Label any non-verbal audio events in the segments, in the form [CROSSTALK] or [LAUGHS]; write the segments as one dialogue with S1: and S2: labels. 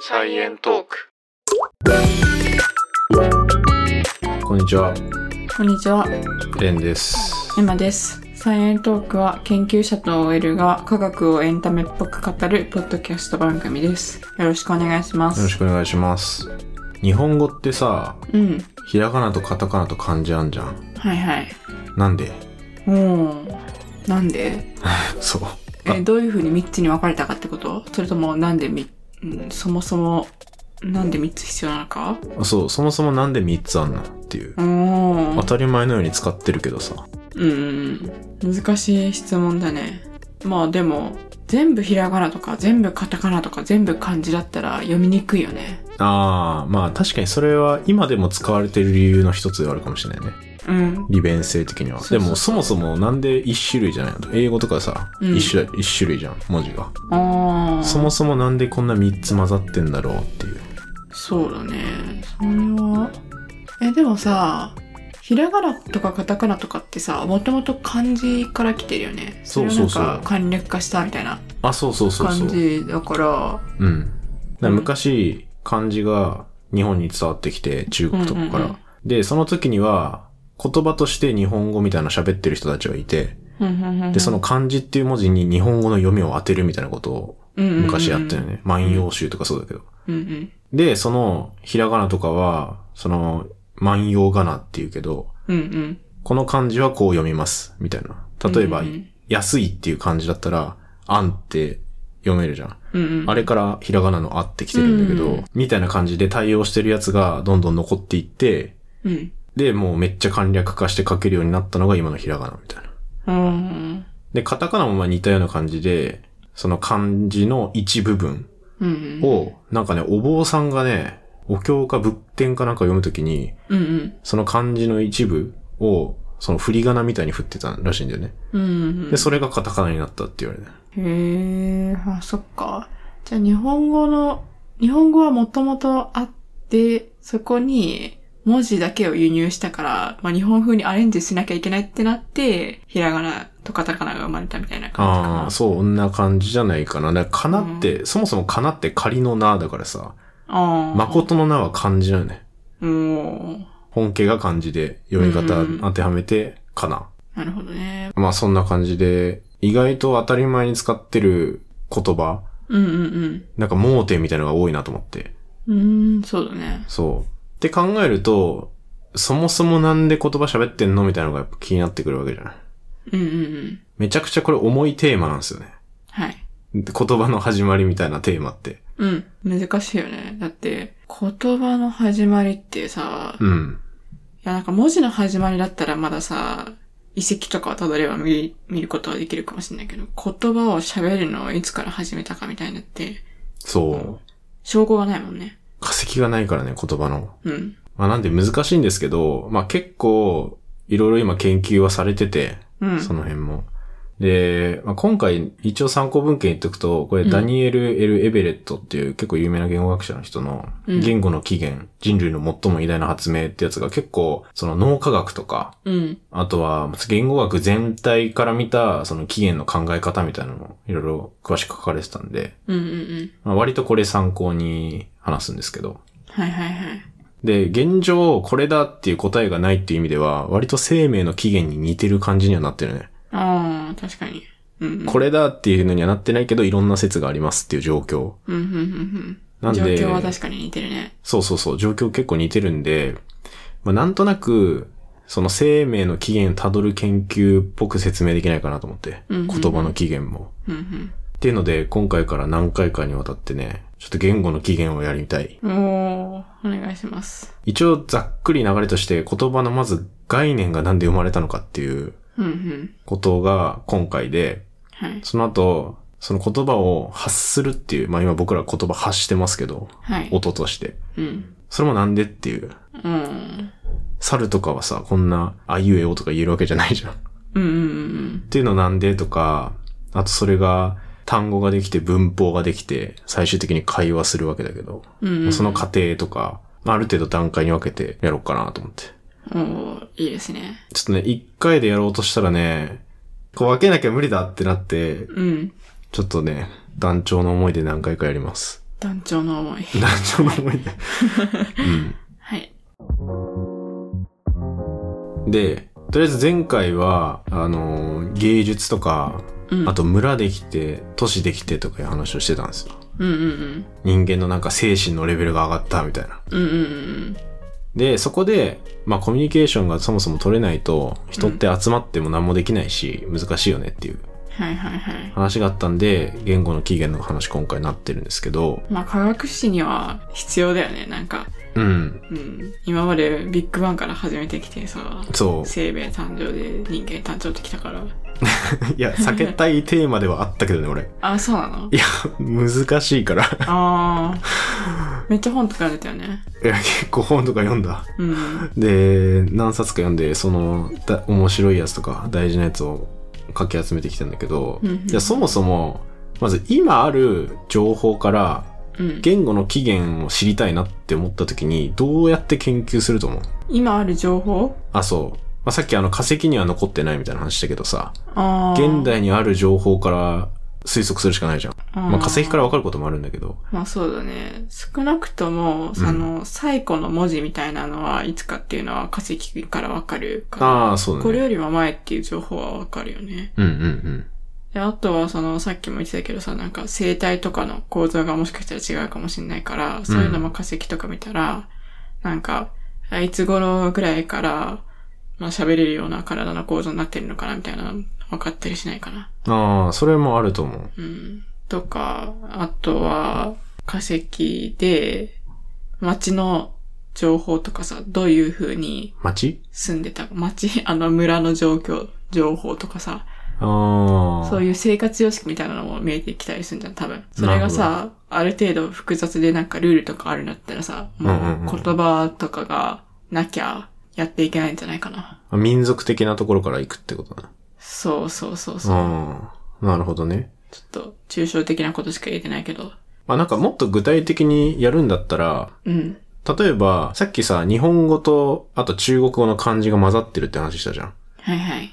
S1: サイエントーク。
S2: こんにちは、
S1: こんにちは、
S2: レンです。
S1: エマです。サイエントークは研究者と OL が科学をエンタメっぽく語るポッドキャスト番組です。よろしくお願いしま
S2: よろ
S1: す。
S2: しくお願いします。日本語ってさ、
S1: うん。
S2: ひらがなとカタカナと漢字あんじゃん。
S1: はいはい。
S2: なんで [LAUGHS]
S1: おー。なんで
S2: そう。
S1: え、どういうふうに3つに分かれたかってことそれともなんでみ、うん、そもそもなんで3つ必要なのか
S2: あそう、そもそもなんで3つあんのっていう
S1: お。
S2: 当
S1: ー。
S2: たり前のように使ってるけどさ。
S1: うんうん。難しい質問だね。まあでも、全部ひらがなとか、全部カタカナとか、全部漢字だったら読みにくいよね。
S2: あー、まあ確かにそれは今でも使われてる理由の一つではあるかもしれないね。
S1: うん。
S2: 利便性的には。
S1: そうそうそう
S2: でもそもそもなんで1種類じゃないの英語とかさ、
S1: うん
S2: 一 1, 種一種類じゃん、文字が。
S1: ああ。
S2: そもそもなんでこんな3つ混ざってんだろうっていう。
S1: そうだね。それは。え、でもさ、ひらがなとかカタカナとかってさ、もともと漢字から来てるよね。
S2: そうそうそう
S1: れをなんか簡略化したみたいな
S2: あ、そうそうそうそう。
S1: 感じだから。
S2: うん。だから
S1: うん
S2: 昔、漢字が日本に伝わってきて、中国とかから。
S1: うんうんうん
S2: で、その時には、言葉として日本語みたいなの喋ってる人たちはいて、で、その漢字っていう文字に日本語の読みを当てるみたいなことを昔やったよね。。万葉集とかそうだけど。
S1: うんうん
S2: で、その、ひらがなとかは、その、万葉仮名っていうけど、
S1: うんうん。
S2: この漢字はこう読みます、みたいな。例えば、
S1: うんうん
S2: 安いっていう漢字だったら、あんって読めるじゃん。
S1: うんうん。
S2: あれからひらがなのあってきてるんだけど、
S1: うん
S2: みたいな感じで対応してるやつがどんどん残っていって、
S1: うん。
S2: で、もうめっちゃ簡略化して書けるようになったのが今のひらがなみたいな。
S1: うん。
S2: で、カタカナもまあ似たような感じで、その漢字の一部分
S1: うん。
S2: を、なんかね、お坊さんがね、お経か仏典かなんか読むときに、
S1: うんうん。
S2: その漢字の一部を、その振り仮名みたいに振ってたらしいんだよね。
S1: うんうん。
S2: で、それがカタカナになったって言われて。
S1: へえ、あ、そっか。じゃあ日本語の、日本語はもともとあって、そこに文字だけを輸入したから、まあ日本風にアレンジしなきゃいけないってなって、ひらがなとカタカナが生まれたみたいな感じか
S2: あ
S1: な
S2: あ、。そう、こんな感じじゃないかな。だから、かなって、そもそもかなって仮の名だからさ、
S1: ああ。
S2: 誠の名は漢字なのね。
S1: うん。
S2: 本家が漢字で、読み方
S1: うん
S2: 当てはめて、かな。
S1: なるほどね。
S2: まあそんな感じで、意外と当たり前に使ってる言葉、
S1: うんうん
S2: なんか盲点みたいなのが多いなと思って。
S1: うん。うーん、そうだね。
S2: そう。って考えると、そもそもなんで言葉喋ってんのみたいなのがやっぱ気になってくるわけじゃない。
S1: うんうんうん。
S2: めちゃくちゃこれ重いテーマなんですよね。
S1: はい。
S2: 言葉の始まりみたいなテーマって。
S1: うん。難しいよね。だって、言葉の始まりってさ、
S2: うん。
S1: いや、なんか文字の始まりだったらまださ、遺跡とかをたどれば見見ることはできるかもしれないけど、言葉を喋るのをいつから始めたかみたいなって、
S2: そう。
S1: 証拠がないもんね。
S2: 化石がないからね、言葉の。
S1: うん。
S2: まあなんで難しいんですけど、まあ結構、いろいろ今研究はされてて、
S1: うん。
S2: その辺も。で、まあ、今回一応参考文献言っとくと、これダニエル・エル・エベレットっていう結構有名な言語学者の人の、
S1: うん
S2: 言語の起源、人類の最も偉大な発明ってやつが結構、その脳科学とか、
S1: うん。
S2: あとは言語学全体から見たその起源の考え方みたいなのもいろいろ詳しく書かれてたんで、
S1: うんうんうん。
S2: まあ、割とこれ参考に話すんですけど。
S1: はいはいはい。
S2: で、現状、これだっていう答えがないっていう意味では、割と生命の起源に似てる感じにはなってるね。
S1: ああ、確かに。うんうん。
S2: これだっていうのにはなってないけど、いろんな説がありますっていう状況。
S1: うんうんうんう。
S2: なんん
S1: 状
S2: で
S1: 況は確かに似てるね。
S2: そうそうそう、状況結構似てるんで、まあ、なんとなく、その生命の起源をたどる研究っぽく説明できないかなと思って。
S1: うんうんうん
S2: 言葉の起源も。
S1: うん
S2: っていうので、今回から何回かにわたってね、ちょっと言語の起源をやりたい。
S1: うん。おー、お願いします。
S2: 一応、ざっくり流れとして、言葉のまず概念がなんで生まれたのかっていう
S1: うんうん。
S2: ことが今回で、
S1: はい。
S2: その後、その言葉を発するっていう、まあ今僕ら言葉発してますけど、
S1: はい。
S2: 音として。
S1: うん。
S2: それもなんでっていう。
S1: うん。
S2: 猿とかはさ、こんな、あいうえおとか言えるわけじゃないじゃん。っ
S1: うんうんうん
S2: ていうのなんでとか、あとそれが、単語ができて文法ができて、最終的に会話するわけだけど、
S1: うん。うんうん。
S2: その過程とか、まあある程度段階に分けてやろうかなと思って。
S1: おー、いいですね。
S2: ちょっとね、一回でやろうとしたらね、こう分けなきゃ無理だってなって、
S1: うん。
S2: ちょっとね、団長の思いで何回かやります。
S1: 団長の思い。
S2: 団長の思いで。
S1: はい。
S2: うん。で、とりあえず前回は、あのー芸術とか、
S1: うん。
S2: あと村できて、都市できてとかいう話をしてたんですよ。
S1: うんうんうん。
S2: 人間のなんか精神のレベルが上がったみたいな。
S1: うんうんうん
S2: で、そこで、まあコミュニケーションがそもそも取れないと、人って集まっても何もできないし、難しいよねっていう
S1: うん。はいはいはい。
S2: 話があったんで、言語の起源の話今回なってるんですけど、
S1: まあ、科学史には必要だよね、なんか。
S2: うん、
S1: うん。今までビッグバンから始めてきてさ、
S2: そう。
S1: 生命誕生で人間誕生ってきたから。
S2: い [LAUGHS] や、避けたいテーマではあったけどね、俺。
S1: あ、そうなの
S2: いや、難しい [LAUGHS] から。
S1: ああ。めっちゃ本とか出たよね。
S2: いや、結構本とか読んだ。
S1: うん。
S2: で、何冊か読んで、その、だ面白いやつとか、大事なやつをかき集めてきたんだけど、
S1: うんうん
S2: いや、そもそも、まず今ある情報から、
S1: うん。
S2: 言語の起源を知りたいなって思った時に、どうやって研究すると思う
S1: 今ある情報
S2: あ、そう。まあ、さっきあの化石には残ってないみたいな話したけどさ、
S1: ああ。
S2: 現代にある情報から推測するしかないじゃん。
S1: あー、
S2: まあ、化石からわかることもあるんだけど、
S1: まあそうだね。少なくとも、その、最古の文字みたいなのはいつかっていうのは化石からわかるから、
S2: ああ、そうだね。
S1: これよりも前っていう情報はわかるよね。
S2: うんうん
S1: で、あとはその、さっきも言ってたけどさ、なんか生態とかの構造がもしかしたら違うかもしれないから、そういうのも化石とか見たら、なんか、あいつ頃ぐらいから、まあ喋れるような体の構造になってるのかなみたいなの分かったりしないかな。
S2: うん。ああ、それもあると思う。
S1: うん。とか、あとは、化石で、街の情報とかさ、どういう風に
S2: 町
S1: 住んでたか、街、あの村の状況、情報とかさ、
S2: ああ。
S1: そういう生活様式みたいなのも見えてきたりするんじゃん、多分。それがさ、ある程度複雑でなんかルールとかあるんだったらさ、も
S2: んうんうん
S1: う言葉とかがなきゃやっていけないんじゃないかな。
S2: 民族的なところから行くってことだな。
S1: そうそうそうそう。
S2: ああ。なるほどね。
S1: ちょっと抽象的なことしか言えてないけど。
S2: まあなんかもっと具体的にやるんだったら、
S1: うん。
S2: 例えば、さっきさ、日本語と、あと中国語の漢字が混ざってるって話したじゃん。っ
S1: はいはい。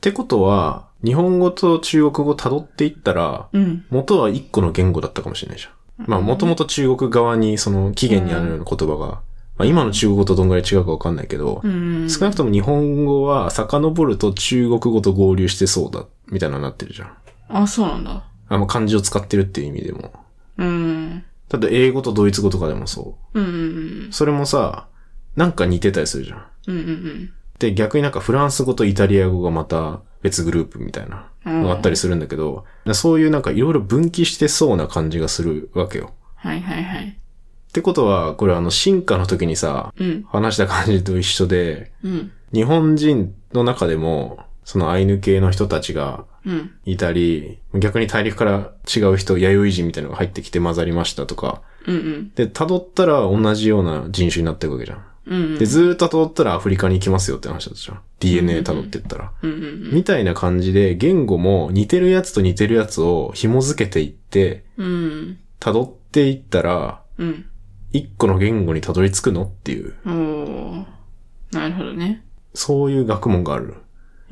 S2: てことは、日本語と中国語辿っていったら、
S1: うん。
S2: 元は一個の言語だったかもしれないじゃん。まあ、もともと中国側にその起源にあるような言葉が、まあ今の中国語とどんぐらい違うかわかんないけど、
S1: うん。
S2: 少なくとも日本語は遡ると中国語と合流してそうだ、みたいなのになってるじゃん。
S1: あ、そうなんだ。
S2: あの漢字を使ってるっていう意味でも。
S1: うん。
S2: ただ英語とドイツ語とかでもそ
S1: うんうん
S2: う。それもさ、なんか似てたりするじゃん。
S1: うん。うんうん
S2: で、逆になんかフランス語とイタリア語がまた別グループみたいな
S1: うん。
S2: のがあったりするんだけど、そういうなんかいろいろ分岐してそうな感じがするわけよ。
S1: はいはいはい。
S2: ってことは、これあの進化の時にさ、
S1: うん。
S2: 話した感じと一緒で、
S1: うん。
S2: 日本人の中でも、そのアイヌ系の人たちが
S1: うん。
S2: いたり、逆に大陸から違う人、弥生人みたいなのが入ってきて混ざりましたとか、
S1: うんうん。
S2: で、辿ったら同じような人種になっていくわけじゃん。
S1: うんうん。
S2: で、ずーっと辿ったらアフリカに行きますよって話だったじゃん。DNA 辿ってったら。
S1: うんうん
S2: みたいな感じで、言語も似てるやつと似てるやつを紐付けていって、
S1: うん。うん。
S2: 辿っていったら、
S1: うん。
S2: 一個の言語にたどり着くのっていう、
S1: おー。なるほどね。
S2: そういう学問がある。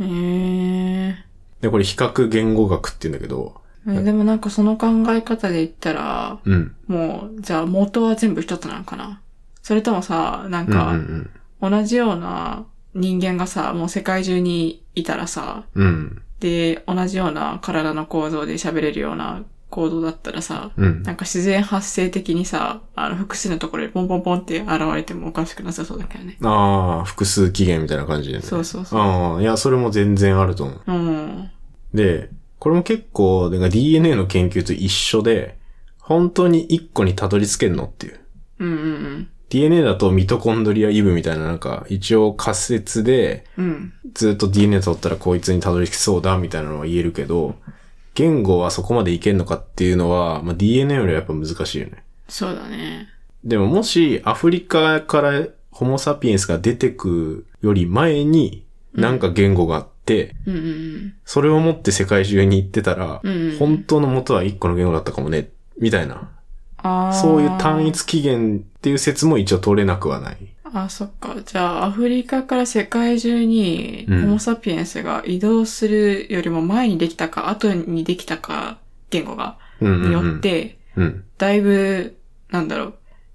S1: へー。
S2: で、これ比較言語学って言うんだけど、
S1: えでもなんかその考え方で言ったら、
S2: うん。
S1: もう、じゃあ元は全部一つなのかなそれともさ、なん
S2: うんうん
S1: か、同じような人間がさ、もう世界中にいたらさ、
S2: うん。うん。
S1: で、同じような体の構造で喋れるような構造だったらさ、
S2: うん。
S1: なんか自然発生的にさ、あの、複数のところでポンポンポンって現れてもおかしくなさそうだけどね。
S2: ああ、複数起源みたいな感じでね。
S1: そうそうそう。
S2: ああ、いや、それも全然あると思う。
S1: うん。
S2: で、これも結構、なんか DNA の研究と一緒で、本当に一個にたどり着けるのっていう。
S1: うんうん
S2: DNA だとミトコンドリアイブみたいななんか一応仮説で
S1: うん。うん。
S2: ずっと DNA 取ったらこいつにたどり着きそうだみたいなのは言えるけど言語はそこまでいけんのかっていうのは、まあ、DNA よりはやっぱ難しいよね。
S1: そうだね。
S2: でももしアフリカからホモサピエンスが出てくより前になんか言語があって、
S1: うんうん
S2: それを持って世界中に行ってたら、
S1: うん
S2: 本当の元は一個の言語だったかもね、みたいな。
S1: ああ。
S2: そういう単。一起源っていう説も一応取れなくはない。
S1: あ、そっか。じゃあ、アフリカから世界中に、ホ
S2: うん
S1: モサピエンスが移動するよりも前にできたか、後にできたか、言語が、
S2: うんうん、うん。
S1: によっ。て、
S2: うん。
S1: だいぶなんだろう、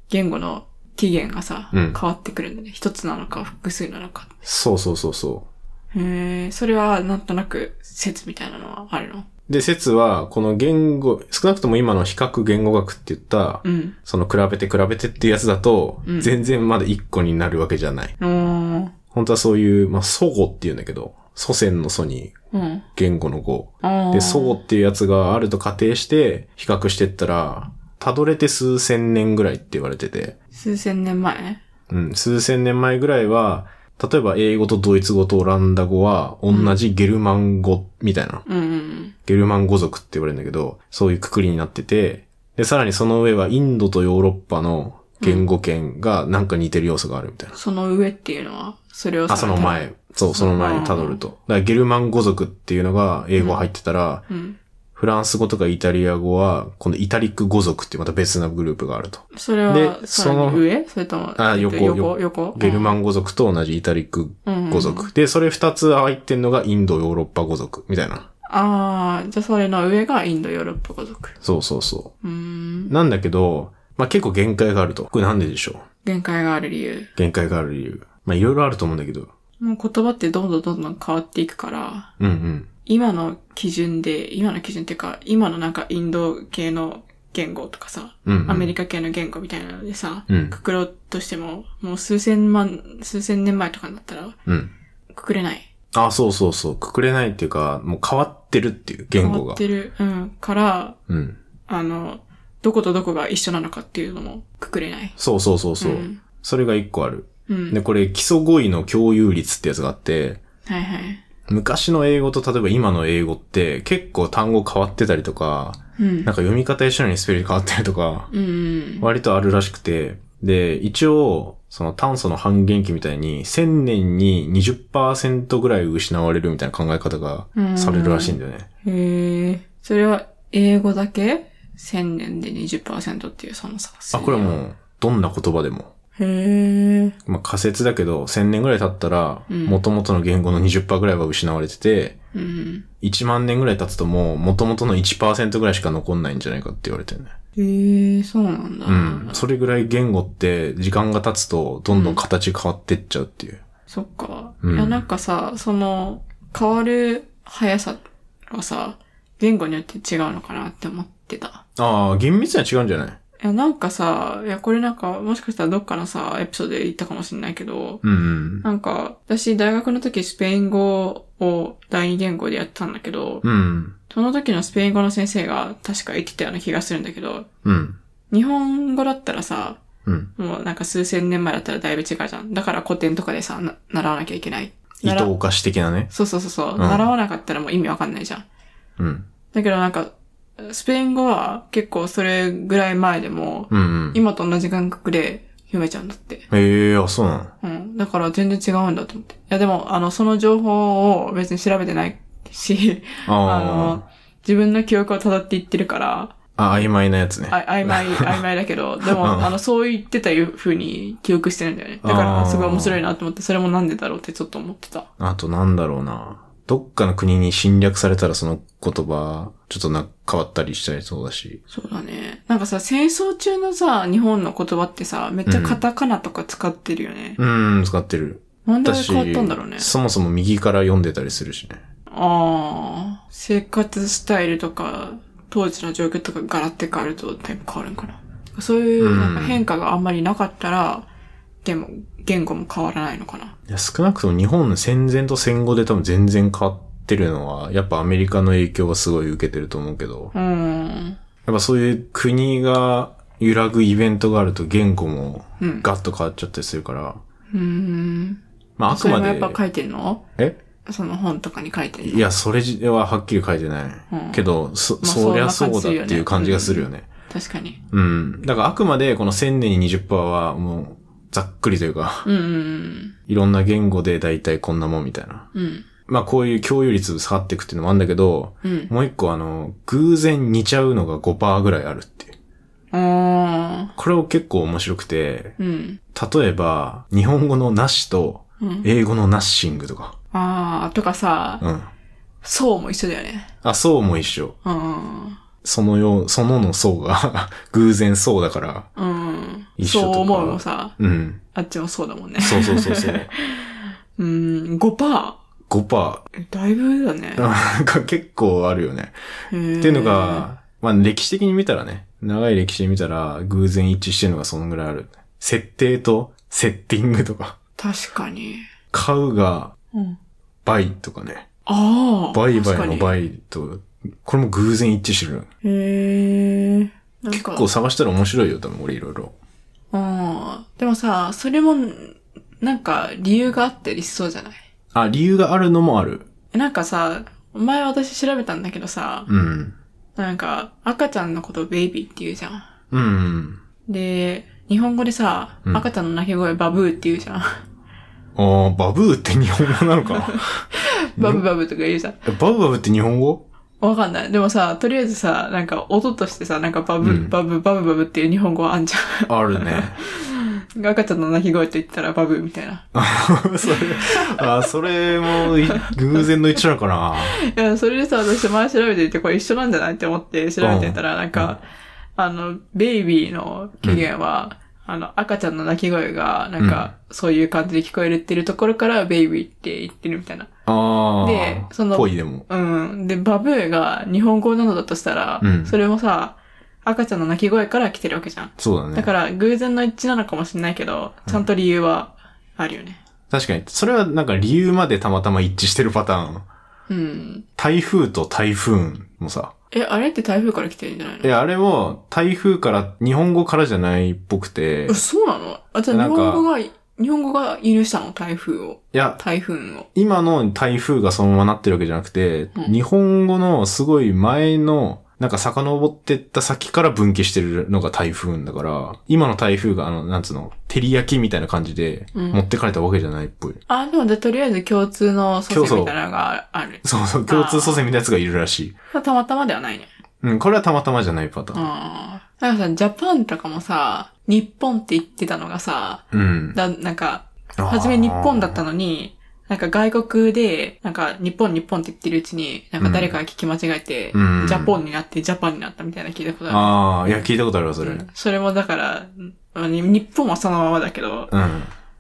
S1: 言語の起源がさ、
S2: うん
S1: 変わってくるんだね。一つなのか複数なのか。
S2: そうそうそうそ
S1: へえ、それはなんとなく説みたいなのはあるの
S2: う。で、説は、この言語、少なくとも今の比較言語学って言った、
S1: うん。
S2: その比べて比べてっていうやつだと、
S1: うん
S2: 全然まだ一個になるわけじゃない。
S1: うーん。
S2: 本当はそういう、まあ、祖語って言うんだけど、祖先の祖に
S1: うん。
S2: 言語の語。
S1: あー
S2: で、祖語っていうやつがあると仮定して、比較してったら、たどれて数千年ぐらいって言われてて、
S1: 数千年前
S2: うん、数千年前ぐらいは、例えば英語とドイツ語とオランダ語は同じゲルマン語みたいな、
S1: うんうん
S2: ゲルマン語族って言われるんだけど、そういうくくりになってて、で、さらにその上はインドとヨーロッパの言語圏がなんか似てる要素があるみたいな
S1: うん。。その上っていうのは、それをさ
S2: あ、その。前。そう、その前に辿ると。だからゲルマン語族っていうのが英語入ってたら、
S1: うん。
S2: フランス語とかイタリア語は、このイタリック語族ってまた別なグループがあると。
S1: それは、
S2: で
S1: さ
S2: そ
S1: らに
S2: の
S1: 上それとも、
S2: あ
S1: えっと
S2: 横
S1: 横、横。
S2: ゲルマン語族と同じイタリック
S1: ン
S2: 語族。。で、それ二つ入ってんのがインド、ヨーロッパ語族、みたいな。
S1: ああ、じゃあそれの上がインド、ヨーロッパ語族。
S2: そうそうそう
S1: ーん
S2: う。。なんだけど、まあ、結構限界があると。これなんででしょう
S1: 限界がある理由。
S2: 限界がある理由。まあ、いろいろあると思うんだけど。
S1: もう言葉ってどんどんどんどん変わっていくから、
S2: うんうん。
S1: 今の基準で、今の基準っていうか、今のなんかインド系の言語とかさ、
S2: うん、うん。
S1: アメリカ系の言語みたいなのでさ、
S2: うん
S1: くくろうとしても、もう数千万、数千年前とかになったら、
S2: うん。
S1: くくれない。
S2: あ、そうそうそう。くくれないっていうか、もう変わってるっていう言
S1: 変
S2: 語
S1: わ
S2: が
S1: っ。てる。うん。から、
S2: うん。
S1: あの、どことどこが一緒なのかっていうのもくくれない。
S2: そうそうそうそう。
S1: うん
S2: それが一個ある。
S1: うん。
S2: で、これ基礎語彙の共有率ってやつがあって、
S1: はいはい。
S2: 昔の英語と例えば今の英語って結構単語変わってたりとか、
S1: うん。
S2: なんか読み方一緒なのにスペル変わったりとか、
S1: うんうん。
S2: 割とあるらしくて、で、一応、その炭素の半減期みたいに、1000年に20%ぐらい失われるみたいな考え方がされるらしいんだよね。
S1: へえ。それは英語だけ ?1000 年で20%っていうその差。
S2: あ、これはも。う、どんな言葉でも。
S1: へえ。
S2: まあ仮説だけど、1000年ぐらい経ったら、
S1: うん
S2: 元々の言語の20%ぐらいは失われてて、
S1: うん。
S2: 1万年ぐらい経つともう元々の1%ぐらいしか残んないんじゃないかって言われてるね。
S1: へえ、そうなんだ。
S2: うん。それぐらい言語って時間が経つとどんどん形変わってっちゃうっていう。
S1: そっか。
S2: うん
S1: いや、なんかさ、その、変わる速さがさ、言語によって違うのかなって思ってた。
S2: ああ、厳密には違うんじゃない
S1: いや、なんかさ、いや、これなんか、もしかしたらどっかのさ、エピソードで言ったかもしれないけど、
S2: うんうん。
S1: なんか、私、大学の時、スペイン語を第二言語でやってたんだけど、
S2: うん。
S1: その時のスペイン語の先生が確か言ってたような気がするんだけど、
S2: うん。
S1: 日本語だったらさ、
S2: うん。
S1: もうなんか数千年前だったらだいぶ違うじゃん。だから古典とかでさ、な習わなきゃいけない。
S2: 伊
S1: 習
S2: 藤菓子的なね。
S1: そうそうそうそう、
S2: ん
S1: 習わなかったらもう意味わかんないじゃん。
S2: うん。
S1: だけどなんか、スペイン語は結構それぐらい前でも、
S2: うん、うん。
S1: 今と同じ感覚で読めちゃうんだって。
S2: ええあ、そうなの
S1: うん。だから全然違うんだと思って。いやでも、あの、その情報を別に調べてないし、あの
S2: あ、
S1: 自分の記憶を辿っていってるから、
S2: あ。あ、曖昧なやつね。
S1: あ
S2: [LAUGHS]
S1: 曖昧、曖昧だけど、で
S2: うん
S1: も、あの、そう言ってたいう風に記憶してるんだよね。だか
S2: あ
S1: ら、
S2: ー
S1: すごい面白いなと思って、それもなんでだろうってちょっと思ってた。
S2: あとなんだろうな。どっかの国に侵略されたらその言葉、ちょっとな、変わったりしちゃいそうだし。
S1: そうだね。なんかさ、戦争中のさ、日本の言葉ってさ、めっちゃカタカナとか使ってるよね。
S2: うん、使ってる。
S1: なんであれ
S2: 私
S1: 変わったんだろうね。
S2: そもそも右から読んでたりするしね。
S1: ああ、生活スタイルとか、当時の状況とかガラッて変わるとだいぶ変わるんかな。そういうなんか変化があんまりなかったら、でも言語も変わらないのかな。
S2: いや、少なくとも日本の戦前と戦後で多分全然変わってるのは、やっぱアメリカの影響がすごい受けてると思うけど、
S1: うーん。
S2: やっぱそういう国が揺らぐイベントがあると言語も
S1: うん
S2: ガッと変わっちゃったりするから、
S1: うーん。
S2: まああ
S1: そ
S2: く
S1: れ
S2: ま
S1: もやっ
S2: で、
S1: ぱ書いてんの
S2: え
S1: その本とかに書いてんの
S2: いや、それははっきり書いてない。
S1: うん
S2: けど、そ、
S1: あ
S2: そりゃ
S1: そ
S2: そ
S1: ん
S2: う
S1: な
S2: だ
S1: 感
S2: っ
S1: じ
S2: て
S1: するよね
S2: いう感じがするよね。
S1: 確かに。
S2: うん。だからあくまでこの1000年に20%はもう、ざっくりというか、
S1: うんうん
S2: いろんな言語で大体こんなもんみたいな。
S1: うん。うん。
S2: まあこういう共有率下がっていくっていうのもあるんだけど、
S1: [LAUGHS] うん。
S2: もう一個あの、偶然似ちゃうのが5%ぐらいあるっていう。
S1: あ
S2: これを結構面白くて、
S1: ー。うん。
S2: 例えば、日本語のナッシと、
S1: うん、
S2: 英語のナッシングとか。
S1: あー、とかさ、
S2: うん。
S1: そうも一緒だよね。
S2: あ、そうも一緒。
S1: うん。
S2: そのよ、そのの層が [LAUGHS] 偶然そうだから、
S1: うん。
S2: 一緒
S1: そ
S2: と
S1: う
S2: か
S1: 思うもさ、
S2: うん。
S1: あっちもそうだもんね。
S2: そうそうそうそう。 [LAUGHS]
S1: うん、5%?
S2: 5%。
S1: えだいぶだね。
S2: なんか結構あるよね。
S1: って
S2: っていうの、が、まあ歴史的に見たらね、長い歴史で見たら偶然一致してるのがそのぐらいある。設定とセッティングとか、
S1: 確かに。
S2: 買うが
S1: うん、
S2: 倍とかね、
S1: ああ。
S2: 売買の
S1: 確か
S2: 倍と、これも偶然一致してる。
S1: に。へえ。なん
S2: 結
S1: か
S2: 構探したら面白いよ、多分俺いろいろ。
S1: うん。でもさ、それも、なんか理由があったりしそうじゃない
S2: あ、理由があるのもある。
S1: なんかさ、前私調べたんだけどさ、
S2: うん。
S1: なんか赤ちゃんのことをベイビーって言うじゃん。
S2: うん。
S1: で、日本語でさ、
S2: うん
S1: 赤ちゃんの泣き声バブーって言うじゃん。
S2: あーバブーって日本語なのか
S1: [LAUGHS]
S2: な
S1: バブバブとか言うじゃん。
S2: えバブバブって日本語
S1: わかんない。でもさ、とりあえずさ、なんか音としてさ、なんかバブ、
S2: うん
S1: バブ、バブバブっていう日本語あんじ
S2: あるね。
S1: ゃん。赤ちゃんの泣き声と言ったらバブみたいな。
S2: [LAUGHS]
S1: [LAUGHS]
S2: それ、あー、それもい偶然の一致なのかない
S1: や、それでさ、私前調べていて、これ一緒なんじゃないって思って調べてたら、なんか、あの、ベイビーの起源は、あの、赤ちゃんの泣き声が、なんか、そういう感じで聞こえるっていうところから、ベイビーって言ってるみたいな。
S2: ああ。
S1: でその
S2: ぽいでも。
S1: うん。で、バブーが日本語なのだとしたら、
S2: うん
S1: それもさ、赤ちゃんの泣き声から来てるわけじゃん。
S2: そうだね。
S1: だから、偶然の一致なのかもしれないけど、ちゃんと理由はあるよね。
S2: 確かに。それはなんか理由までたまたま一致してるパターン。
S1: うん。
S2: 台風と台風もさ。
S1: え、あれって台風から来てるんじゃないの
S2: え、あれも台風から、日本語からじゃないっぽくて
S1: え、。そうなのあ、じゃあ
S2: な
S1: 日
S2: んか
S1: 本語が、日本語が許したの台風を。
S2: いや、
S1: 台風を。
S2: 今の台風がそのままなってるわけじゃなくて、
S1: うん
S2: 日本語のすごい前の、なんか遡ってった先から分岐してるのが台風だから、今の台風があの、なんつうの、照り焼きみたいな感じで、
S1: うん
S2: 持ってかれたわけじゃないっぽい。
S1: あ、でも、じゃあとりあえず共通の祖先みたいなのがある。
S2: そうそう、共通祖先みたいなやつがいるらしい。
S1: たまたまではないね。
S2: うん、これはたまたまじゃないパタ
S1: う
S2: ー
S1: ん。
S2: ン。
S1: なんかさ、ジャパンとかもさ、日本って言ってたのがさ、
S2: うん。
S1: だ、なんか、
S2: は
S1: 初め日本だったのに、なんか外国で、なんか日本日本って言ってるうちに、なんか誰かが聞き間違えて、
S2: うん
S1: ジャポンになってジャパンになったみたいな聞いたことある。
S2: ああ、いや、聞いたことあるわ、それ。う。
S1: うんんそれもだから、うんに日本はそのままだけど、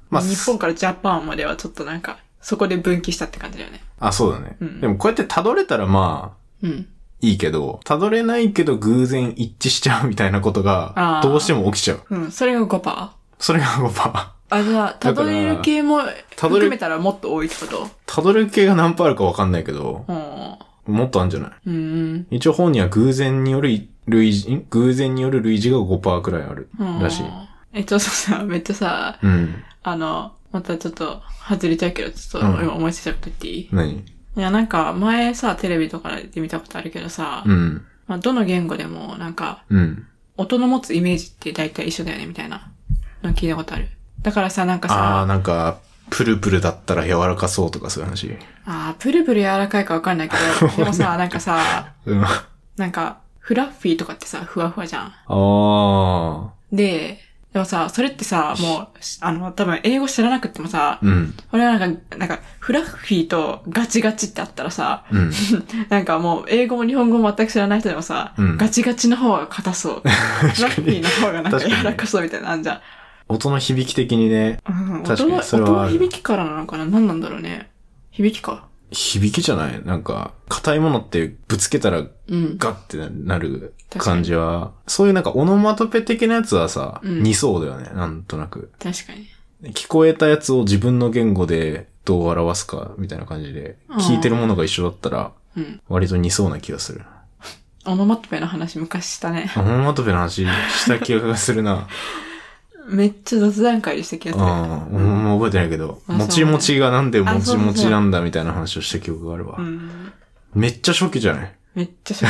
S2: まあ、
S1: 日本からジャパンまではちょっとなんか、そこで分岐したって感じだよね。
S2: あ、そうだね。
S1: うん
S2: でも、こうやって辿れたら、まあ、
S1: うん。
S2: いいけど、辿れないけど偶然一致しちゃうみたいなこと
S1: あ
S2: が
S1: ー、
S2: どうしても起きちゃう。
S1: うん。それが 5%? あ、
S2: それが5%。
S1: じゃあ、た
S2: だか
S1: ど
S2: ら
S1: れる系も
S2: たどれ
S1: 含めたらもっと多いってこと
S2: 辿る系が何パーあるかわかんないけど、
S1: うん。
S2: もっとあるんじゃない
S1: うん。
S2: 一応本には偶然による類似、ん偶然による類似が5%くらいある
S1: うん
S2: らしい。。
S1: え、ちょっとさ、めっちゃさ、
S2: うん。
S1: あの、またちょっと外れちゃうけど、ちょっと
S2: うん
S1: 今思いついたこと言っていい、
S2: 何
S1: いや、なんか前さ、テレビとかで見たことあるけどさ、
S2: うん。
S1: まあ、どの言語でもなんか、
S2: うん。
S1: 音の持つイメージって大体一緒だよね、みたいなの聞いたことある。だからさ、なんか
S2: ああ、
S1: さ、
S2: なんか、プルプルだったら柔らかそうとかそういう話。
S1: あープルプル柔らかいかわかんないけ
S2: [LAUGHS]
S1: ど、でもさ、なんかさ、
S2: うん。あ
S1: なんか、フラッフィーとかってさ、ふわふわじゃん。
S2: あ。
S1: で、でもさ、それってさ、もう、あの、多分英語知らなくってもさ、
S2: うん。
S1: 俺はなんか、なんか、フラッフィーとガチガチってあったらさ、
S2: うん。 [LAUGHS]
S1: なんかもう、英語も日本語も全く知らない人でもさ、
S2: うん
S1: ガチガチの方が
S2: [LAUGHS]
S1: 硬そう。ラッピーの方がなんか
S2: 確かに
S1: 柔らかそうみたいなのあんじゃん。
S2: 音の響き的にね、
S1: うん、
S2: 確か
S1: 音
S2: に
S1: の、
S2: それ
S1: 音
S2: はあ
S1: の
S2: る
S1: 響きからなのかな何なんだろうね。響きか。
S2: 響きじゃないなんか、硬いものってぶつけたら
S1: うん。
S2: ガッてなる感じは、そういうなんかオノマトペ的なやつはさ、
S1: うん
S2: 似そうだよね、なんとなく。
S1: 確かに。
S2: 聞こえたやつを自分の言語でどう表すか、みたいな感じで、
S1: うん
S2: 聞いてるものが一緒だったら、
S1: うん。
S2: 割と似そうな気がする。
S1: オノマトペの話昔したね。
S2: オノマトペの話した気がする
S1: [LAUGHS]
S2: な。
S1: めっちゃ雑談会でした気
S2: う
S1: が
S2: ん。
S1: する。
S2: もう覚えてないけど、
S1: あそう
S2: もちもちがなんで
S1: あ
S2: も
S1: そ
S2: ち
S1: うそう
S2: もちなんだみたいな話をした記憶があるわ
S1: う。ん。
S2: めっちゃ初期じゃない [LAUGHS]
S1: めっちゃしゃ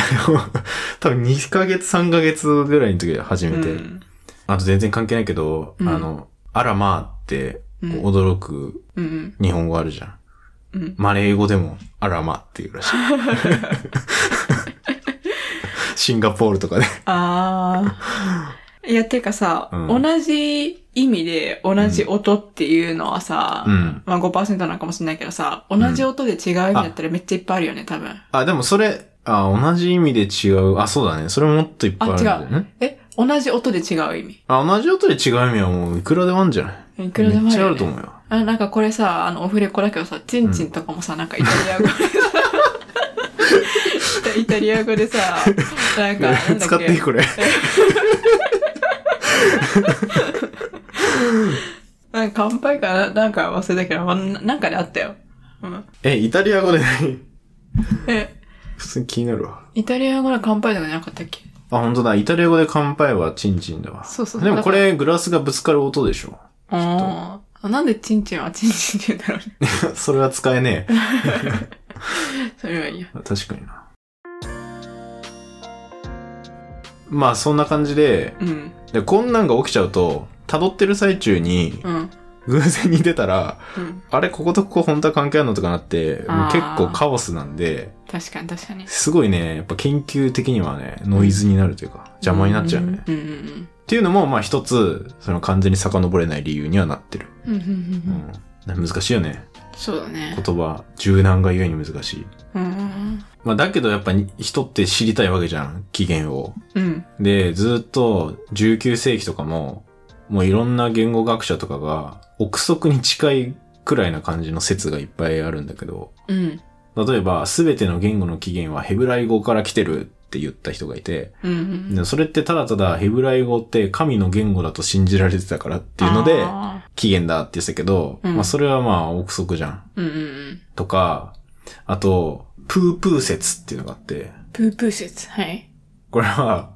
S2: 多分2ヶ月、3ヶ月ぐらいの時で [LAUGHS] 初めて。
S1: うん
S2: あと全然関係ないけど、
S1: うん
S2: あの、あらまあって
S1: うん
S2: 驚く
S1: うん。
S2: 日本語あるじゃん。
S1: うん
S2: マレー語でもあらまあっていう
S1: [LAUGHS]
S2: らしい。シンガポールとかで。
S1: あ
S2: [LAUGHS]
S1: あ。いや、てかさ、
S2: うん
S1: 同じ意味で同じ音っていうのはさ、
S2: うん。
S1: まあ5%なのかもしれないけどさ、同じ音で違う意味だったらめっちゃいっぱいあるよね、多分。
S2: あ、でもそれ、あ、同じ意味で違う。あ、そうだね。それももっといっぱいあるんだよね。
S1: え、同じ音で違う意味。
S2: あ同じ音で違う意味はもういくらでもあるんじゃない
S1: いくらでも
S2: めっ
S1: あ
S2: ち
S1: る
S2: ゃあ
S1: よ、
S2: ると
S1: ね。
S2: 思うよ。
S1: あ、なんかこれさ、あの、オフレコだけどさ、チンチンとかもさ、なんかイタリア語で
S2: [LAUGHS]
S1: さ、イタリア語でさ、なんか、なんだ
S2: 使
S1: っ
S2: っ
S1: け
S2: ていいこれ。
S1: なんか乾杯かななんか忘れたけど、まあななんかであったよ。うん。
S2: え、イタリア語で何
S1: え、
S2: 普通に気になるわ。
S1: イタリア語の乾杯とかじゃなかったっけ
S2: あ、本当だ。イタリア語で乾杯はチンチンだわ。
S1: そうそう
S2: でもこれグラスがぶつかる音でしょ。
S1: ああ。なんでチンチンはチンチンって言うんだろうね。
S2: それは使えねえ。
S1: それはいいよ。
S2: 確かにな。まあそんな感じで、
S1: うん。
S2: でこんなんが起きちゃうと、辿ってる最中に、
S1: うん。
S2: 偶然に出たら、
S1: うん。
S2: あれ、こことここ本当は関係あるのとかなって、もう
S1: あ
S2: 結
S1: ー
S2: 構カオスなんで、
S1: 確かに確かに。
S2: すごいね、やっぱ研究的にはね、ノイズになるというか、邪魔になっちゃうね。っ
S1: うんうん
S2: ていうのも、まあ一つ、その完全に遡れない理由にはなってる。
S1: うん。うんうんうん
S2: う
S1: うん。
S2: ん。難しいよね。
S1: そうだね。
S2: 言葉、柔軟がゆえに難しい。
S1: うんうん
S2: まあだけどやっぱに人って知りたいわけじゃん、起源を。
S1: うん。うん。
S2: で、ずっと19世紀とかも、もういろんな言語学者とかが、憶測に近いくらいな感じの説がいっぱいあるんだけど、
S1: うん。
S2: 例えば、すべての言語の起源はヘブライ語から来てるって言った人がいて、
S1: うんうん。
S2: でそれってただただヘブライ語って神の言語だと信じられてたからっていうので、
S1: あ
S2: 起源だって言ってたけど、
S1: うん
S2: まあそれはまあ憶測じゃん。
S1: ーうんうんうん。
S2: とか、あと、プープー説っていうのがあって、
S1: プープー説。はい。
S2: これは、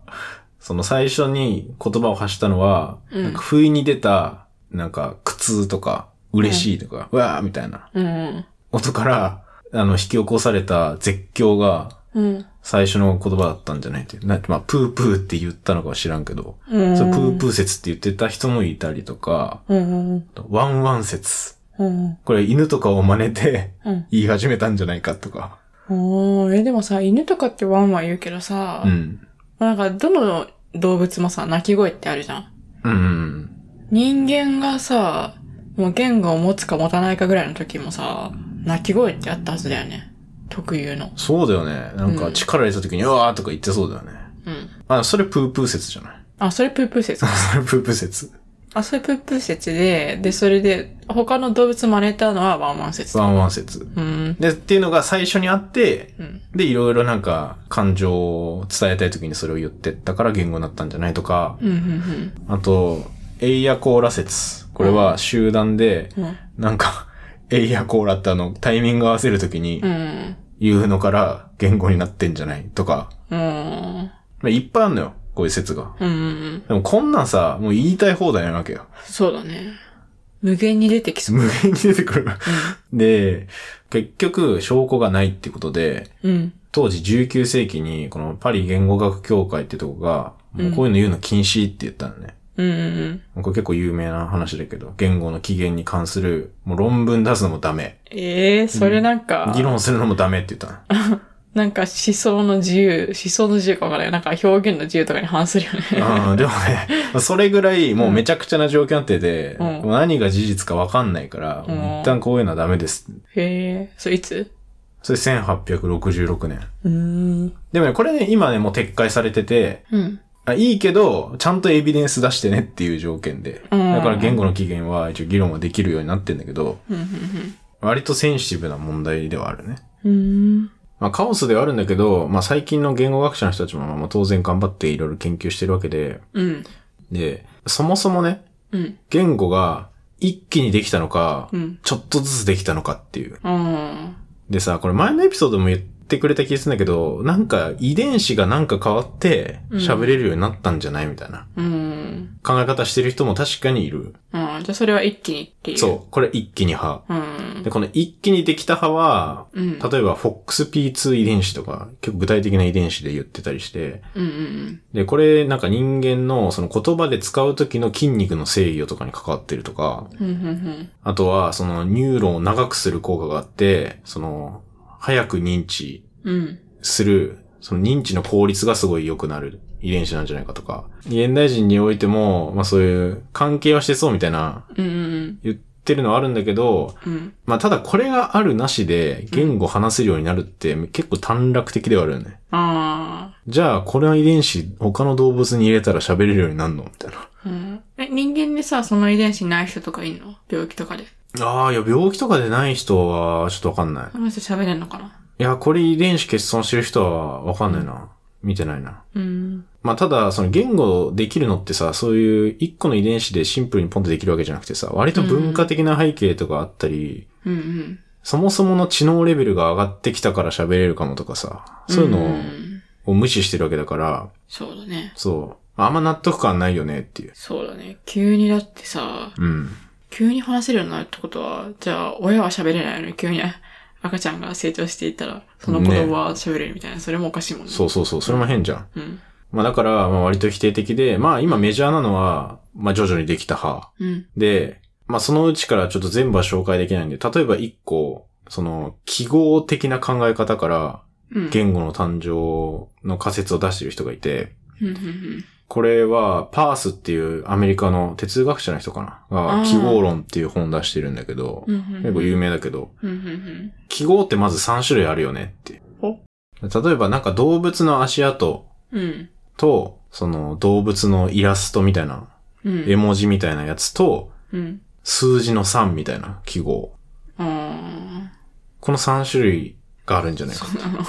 S2: その最初に言葉を発したのは、
S1: うん
S2: なんか不意に出た、なんか苦痛とか、嬉しいとか、うわーみたいな
S1: うんうん。
S2: 音から、あの、引き起こされた絶叫が、
S1: うん。
S2: 最初の言葉だったんじゃないっていう。なまあ、プープーって言ったのかは知らんけど、
S1: うん。
S2: そのプープー説って言ってた人もいたりとか、
S1: うんうん
S2: ワンワン説。
S1: うん。
S2: これ犬とかを真似て [LAUGHS]
S1: うん。
S2: 言い始めたんじゃないかとか。
S1: おー、え、でもさ、犬とかってワンワン言うけどさ、
S2: うん。
S1: なんかどの動物もさ、鳴き声ってあるじゃん。
S2: うんうん
S1: 人間がさ、もう言語を持つか持たないかぐらいの時もさ、鳴き声ってあったはずだよね。特有
S2: う
S1: の
S2: ん。。そうだよね。なん
S1: う
S2: か
S1: ん
S2: 力入れた時に、うわーとか言ってそうだよね。
S1: うん。
S2: あ、それプープー説じ
S1: [LAUGHS]
S2: ゃない
S1: あ、それプープー説。
S2: それプープー説。
S1: あ、それプープー説で、で、それで、他の動物真似たのはワンワン説。
S2: ワンワン説。
S1: うん。
S2: で、っていうのが最初にあって、
S1: うん。
S2: で、いろいろなんか感情を伝えたい時にそれを言ってったから言語になったんじゃないとか、
S1: うん、うん、
S2: あと、エイヤコーラ説。これは集団で、
S1: うん。うん
S2: なんか、エイヤコーラってあの、タイミング合わせるときに
S1: うん。
S2: 言うのから言語になってんじゃないとか、
S1: うん。
S2: まあ、いっぱいあんのよ、こういう説が。
S1: うんうん。
S2: でもこんなんさ、もう言いたい放題なわけよ。
S1: そうだね。無限に出てきそう。
S2: 無限に出てくる。で、結局、証拠がないっていうことで、
S1: うん。
S2: 当時19世紀に、このパリ言語学協会ってとこが、もうこういうの言うの禁止って言ったのね。
S1: うん。うん。
S2: これ結構有名な話だけど、言語の起源に関する、もう論文出すのもダメ。
S1: ええー、それなんか、
S2: 議論するのもダメって言ったの。
S1: [LAUGHS] なんか思想の自由、思想の自由かわからない。なんか表現の自由とかに反するよね。
S2: うん、でもね、それぐらいもうめちゃくちゃな状況になってて、
S1: うん
S2: もう何が事実かわかんないから、
S1: うん
S2: もう一旦こういうのはダメです。
S1: [LAUGHS] へえ、それいつ
S2: それ1866年。
S1: うーん。
S2: でもね、これね、今ね、もう撤回されてて、
S1: うん。
S2: あいいけど、ちゃんとエビデンス出してねっていう条件で。
S1: うん
S2: だから言語の起源は一応議論はできるようになってんだけど、
S1: うん。うん
S2: 割とセンシティブな問題ではあるね。
S1: うん。
S2: まあカオスではあるんだけど、まあ最近の言語学者の人たちもまあ当然頑張っていろいろ研究してるわけで、
S1: うん。
S2: で、そもそもね、
S1: うん。
S2: 言語が一気にできたのか、
S1: うん。
S2: ちょっとずつできたのかっていう。
S1: うん。
S2: でさ、これ前のエピソードでも言ってくれた気がするんだけど、なんか遺伝子がなんか変わって
S1: うん
S2: 喋れるようになったんじゃないみたいな
S1: うん。
S2: 考え方してる人も確かにいる。
S1: うん。じゃあそれは一気にっていう。
S2: そう。これ一気に派。
S1: う。うん
S2: で、。この一気にできた派は、
S1: うん。
S2: 例えば FOXP2 遺伝子とか、結構具体的な遺伝子で言ってたりして、
S1: うんうん
S2: で、これなんか人間のその言葉で使う時の筋肉の制御とかに関わってるとか、
S1: うん。うんうん
S2: あとは、その、ニューロンを長くする効果があって、その、早く認知
S1: うん。うん。
S2: する、その認知の効率がすごい良くなる遺伝子なんじゃないかとか、現代人においても、まあそういう関係はしてそうみたいな
S1: うんうん。
S2: 言ってってるのはあるんだけど、
S1: うん。
S2: まあただこれがあるなしで言語話せるようになるって結構短絡的ではあるよね。
S1: あ
S2: じゃあこれは遺伝子他の動物に入れたら喋れるようになるのみたいな。
S1: あ。うん。え、人間でさ、その遺伝子ない人とかいるの病気とかで。
S2: ああ、いや病気とかでない人はちょっとわかんない。
S1: その人喋れんのかない
S2: や、これ遺伝子欠損してる人はわかんないな。見てないな。
S1: うん。
S2: まあただ、その言語できるのってさ、そういう一個の遺伝子でシンプルにポンってできるわけじゃなくてさ、割と文化的な背景とかあったり、
S1: うんうん。
S2: そもそもの知能レベルが上がってきたから喋れるかもとかさ、そういうの
S1: ん
S2: を無視してるわけだから、
S1: そうだね。
S2: そう。あんま納得感ないよねっていう。
S1: そうだね。急にだってさ、
S2: うん。
S1: 急に話せるようになるってことは、じゃあ、親は喋れないのに急に赤ちゃんが成長していったら、その子供は喋れるみたいな、それもおかしいもんね。
S2: そうそうそう、それも変じゃん。
S1: うん。
S2: まあだから、まあ割と否定的で、まあ今メジャーなのは、まあ徐々にできた派。
S1: うん。
S2: で、まあそのうちからちょっと全部は紹介できないんで、例えば一個、その記号的な考え方から
S1: うん。
S2: 言語の誕生の仮説を出してる人がいて、
S1: うんうんうん。
S2: これはパースっていうアメリカの哲学者の人かな
S1: あ
S2: が
S1: ー
S2: 記号論っていう本を出してるんだけど、
S1: うんうんうん。
S2: 結構有名だけど、
S1: うんうんうん。
S2: 記号ってまず3種類あるよねって。
S1: お
S2: 例えばなんか動物の足跡
S1: うん。
S2: と、その動物のイラストみたいな、
S1: うん。
S2: 絵文字みたいなやつと、
S1: うん。
S2: 数字の3みたいな記号。
S1: あ
S2: この3種類があるんじゃ
S1: あ。
S2: ないか。
S1: そうなの。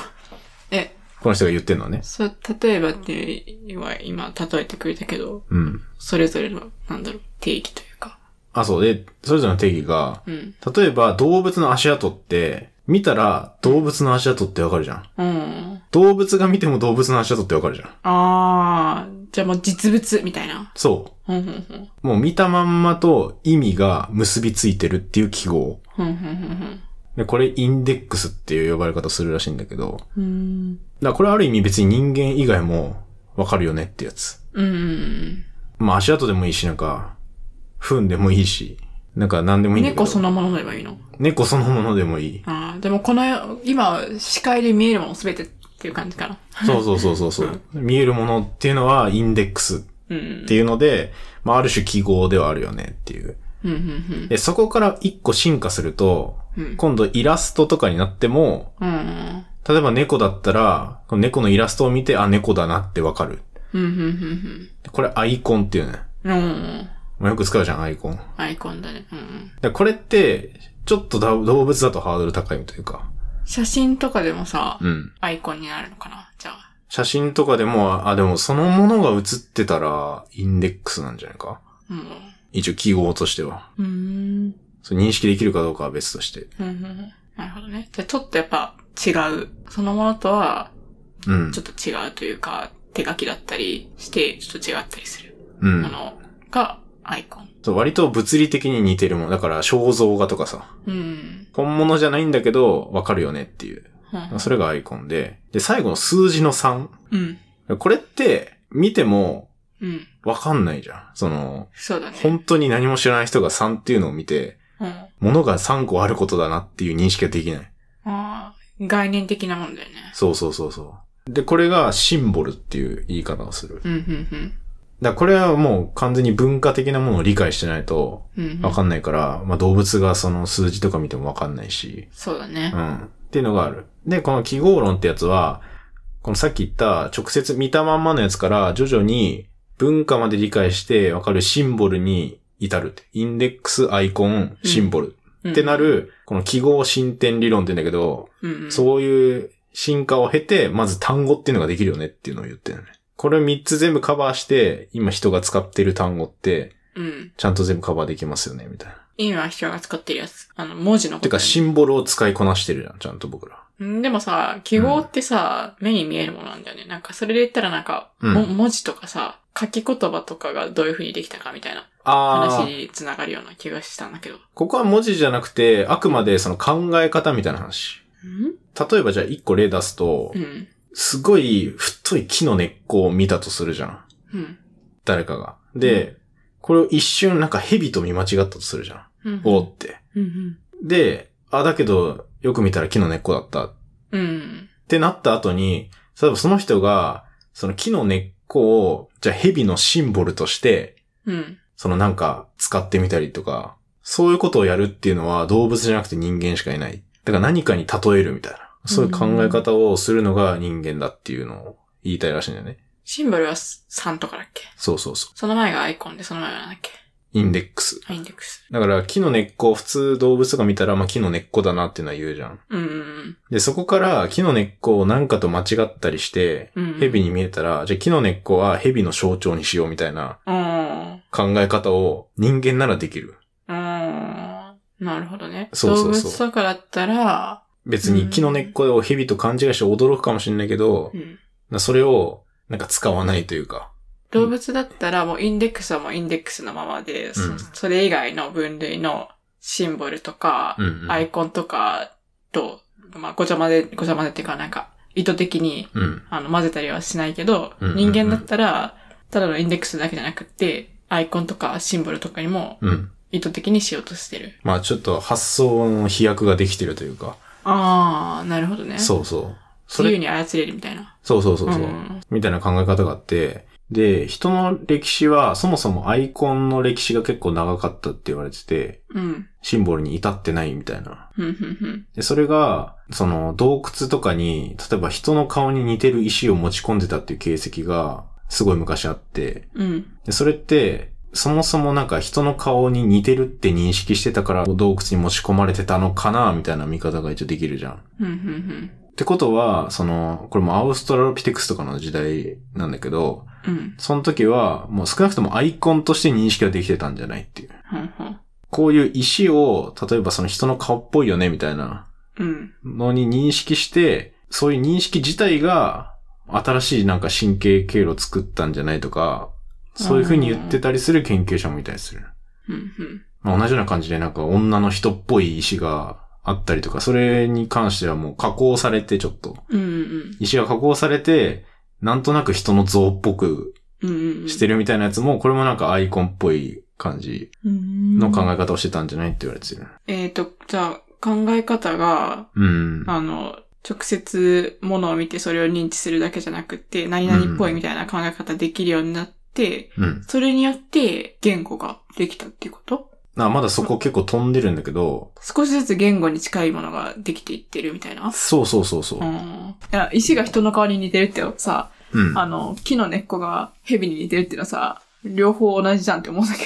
S1: え、
S2: この人が言ってんのね。
S1: [LAUGHS] そう、例えばっては今例えてくれたけど、
S2: うん。
S1: それぞれの、なんだろう、定義というか。
S2: あ、そうで、それぞれの定義が、
S1: うん。
S2: 例えば動物の足跡って、見たら動物の足跡ってわかるじゃん。
S1: うん。
S2: 動物が見ても動物の足跡ってわかるじゃん。
S1: ああ、じゃあもう実物みたいな。
S2: そ
S1: ふんふんふん。
S2: う。もう見たまんまと意味が結びついてるっていう記号。
S1: ふんふんふんふん。
S2: で、これインデックスっていう呼ばれ方するらしいんだけど、
S1: うーん。
S2: だからこれある意味別に人間以外もわかるよねってやつ。
S1: うんうん
S2: まあ足跡でもいいし、なんか、糞でもいいし、なんか何でも
S1: う
S2: いい
S1: ん。
S2: んだけど。
S1: 猫そのもの乗ればいいの
S2: 猫そのものでもいい。
S1: ああ、でもこの、今、視界で見えるものすべてっていう感じかな。
S2: そうそうそうそう
S1: [LAUGHS]
S2: そう。見えるものっていうのはインデックス
S1: うんう
S2: っ
S1: ん。
S2: ていうので、まあある種記号ではあるよねっていう。
S1: うんうん
S2: で、そこから一個進化すると、
S1: うん
S2: 今度イラストとかになっても、
S1: うん。うん。
S2: 例えば猫だったら、この猫のイラストを見て、あ、猫だなってわかる。
S1: うんうんうん
S2: これアイコンっていうね。
S1: うん。うん。
S2: まあよく使うじゃん、アイコン。
S1: アイコンだね。うんうん。
S2: でこれって、ちょっとだ動物だとハードル高いというか。
S1: 写真とかでもさ、
S2: うん。
S1: アイコンになるのかなじゃあ。
S2: 写真とかでも、あ、でもそのものが写ってたら、インデックスなんじゃないか。
S1: うん。
S2: 一応記号としては。
S1: うーん。
S2: それ認識できるかどうかは別として。
S1: うんうん。なるほどね。じゃあちょっとやっぱ違う。そのものとは
S2: うん
S1: ち。ょっと違うというか、手書きだったりして、ちょっと違ったりする
S2: う
S1: も
S2: ん。
S1: のがアイコン。
S2: そう割と物理的に似てるもの。だから肖像画とかさ。
S1: うん。
S2: 本物じゃないんだけど、わかるよねっていう。
S1: うん
S2: それがアイコンで。で、最後の数字の3。
S1: うん。
S2: これって、見ても、
S1: うん。
S2: わかんないじゃん。その、
S1: そうだね。
S2: 本当に何も知らない人が3っていうのを見て、
S1: うん。あ
S2: 物が3個あることだなっていう認識ができない。
S1: あー、概念的なもんだよね。
S2: そうそうそうそう。で、これがシンボルっていう言い方をする。だか
S1: うん、うん、
S2: らこれはもう完全に文化的なものを理解してないと
S1: うん。うん、う
S2: わ
S1: ん。
S2: かんないから、まあ動物がその数字とか見てもわかんないし、
S1: そうだね
S2: う。ん。っていうのがある。で、この記号論ってやつは、このさっき言った直接見たまんまのやつから徐々に文化まで理解してわかるシンボルに至るって。インデックス、アイコン、シンボル
S1: うん
S2: ってな。る、この記号進展理論って言うんだけど、
S1: うん、うん。
S2: そういう進化を経て、まず単語っていうのができるよねっていうのを言ってるね。これ3つ全部カバーして、今人が使ってる単語って、
S1: うん。
S2: ちゃんと全部カバーできますよね、みたいな。
S1: 今人が使ってるやつ。あの、文字のこ
S2: て
S1: とだ
S2: か、
S1: よね。
S2: シンボルを使いこなしてるじゃん、ちゃんと僕ら。
S1: うんでもさ、記号ってさ、目に見えるものなんだよね。なんか、それで言ったらなんか、
S2: うん
S1: も文字とかさ、書き言葉とかがどういう風にできたかみたいな話
S2: ああ、
S1: に繋がるような気がしたんだけど。
S2: ここは文字じゃなくて、あくまでその考え方みたいな話。
S1: うん
S2: 例えばじゃあ1個例出すと
S1: う、ん。
S2: すごい太い木の根っこを見たとするじゃん。
S1: うん。
S2: 誰かが。で、これを一瞬なんか蛇と見間違ったとするじゃん。
S1: うん。
S2: おーって。
S1: うん。
S2: で、あ、だけど、よく見たら木の根っこだったっ
S1: うん。うん。
S2: てなった後に、例えばその人が、その木の根っこを、じゃあ蛇のシンボルとして、
S1: うん。
S2: そのなんか使ってみたりとか、そういうことをやるっていうのは動物じゃなくて人間しかいない。だから何かに例えるみたいな。そういう考え方をするのが人間だっていうのを言いたいらしいんだよね。
S1: シンボルは3とかだっけ
S2: そうそうそ
S1: その前がアイコンで、その前がなんだっけ
S2: う。インデックス。
S1: あインデックス。
S2: だから木の根っこ、普通動物とか見たら、まあ木の根っこだなっていうのは言うじゃん。
S1: うんうん
S2: で、そこから木の根っこを何かと間違ったりして、
S1: うん。うん。
S2: 蛇に見えたら、じゃあ木の根っこは蛇の象徴にしようみたいな
S1: うん。
S2: 考え方を人間ならできる。
S1: うん。なるほどね。
S2: そうそうそう
S1: 動物とかだったら、
S2: 別に木の根っこを蛇と勘違いして驚くかもしれないけど
S1: う、ん。
S2: なそれをなんか使わないというか。
S1: 動物だったらもうインデックスはもうインデックスのままで、
S2: うん
S1: そそれ以外の分類のシンボルとか、
S2: うん、うん。
S1: アイコンとかと、まあ、ごちゃ混ぜ、ごちゃ混ぜっていうかなんか、意図的に、
S2: うん。
S1: あの、混ぜたりはしないけど、
S2: うんうんうん
S1: 人間だったら、ただのインデックスだけじゃなくって、アイコンとかシンボルとかにも
S2: うん。
S1: 意図的にしようとしてる。
S2: まあちょっと発想の飛躍ができてるというか。
S1: ああ、なるほどね。
S2: そうそう。そ
S1: 自由
S2: れ、
S1: に操れるみたいな。
S2: そうそうそうそう。
S1: ん
S2: みたいな考え方があって、で、人の歴史は、そもそもアイコンの歴史が結構長かったって言われてて、
S1: うん。
S2: シンボルに至ってないみたいな。
S1: ふんふんふん。
S2: で、それが、その洞窟とかに、例えば人の顔に似てる石を持ち込んでたっていう形跡が、すごい昔あって、
S1: うん。
S2: で、それって、そもそもなんか人の顔に似てるって認識してたから洞窟に持ち込まれてたのかなみたいな見方が一応できるじゃん。
S1: ふんふんふん。
S2: ってことは、その、これもアウストラロピテクスとかの時代なんだけど、
S1: うん。
S2: その時は、もう少なくともアイコンとして認識はできてたんじゃないっていう。
S1: ほんほん。
S2: こういう石を、例えばその人の顔っぽいよね、みたいな
S1: うん。
S2: のに認識して、そういう認識自体が、新しいなんか神経経路作ったんじゃないとか、そういう風に言ってたりする研究者もいたりする。
S1: ふんふん。
S2: まあ、同じような感じでなんか女の人っぽい石があったりとか、それに関してはもう加工されてちょっと、
S1: うんうん
S2: 石が加工されて、なんとなく人の像っぽく
S1: うん。うんうん。
S2: して
S1: る
S2: るみたいなやつも、これもなんかアイコンっぽい感じの考え方をしてたんじゃないって言われてる。
S1: えっと、じゃあ、考え方が、
S2: うん。
S1: あの、直接物を見てそれを認知するだけじゃなくて、何々っぽいみたいな考え方できるようになって、
S2: うん。
S1: それによって言語ができたっていうこと
S2: あまだそこ結構飛んでるんだけど、
S1: 少しずつ言語に近いものができていってるみたいな。
S2: そうそうそうそう
S1: う。ん。いや、石が人の顔に似てるってさ、
S2: うん。
S1: あの、木の根っこが蛇に似てるっていうのはさ、両方同じじゃんって思うんだけ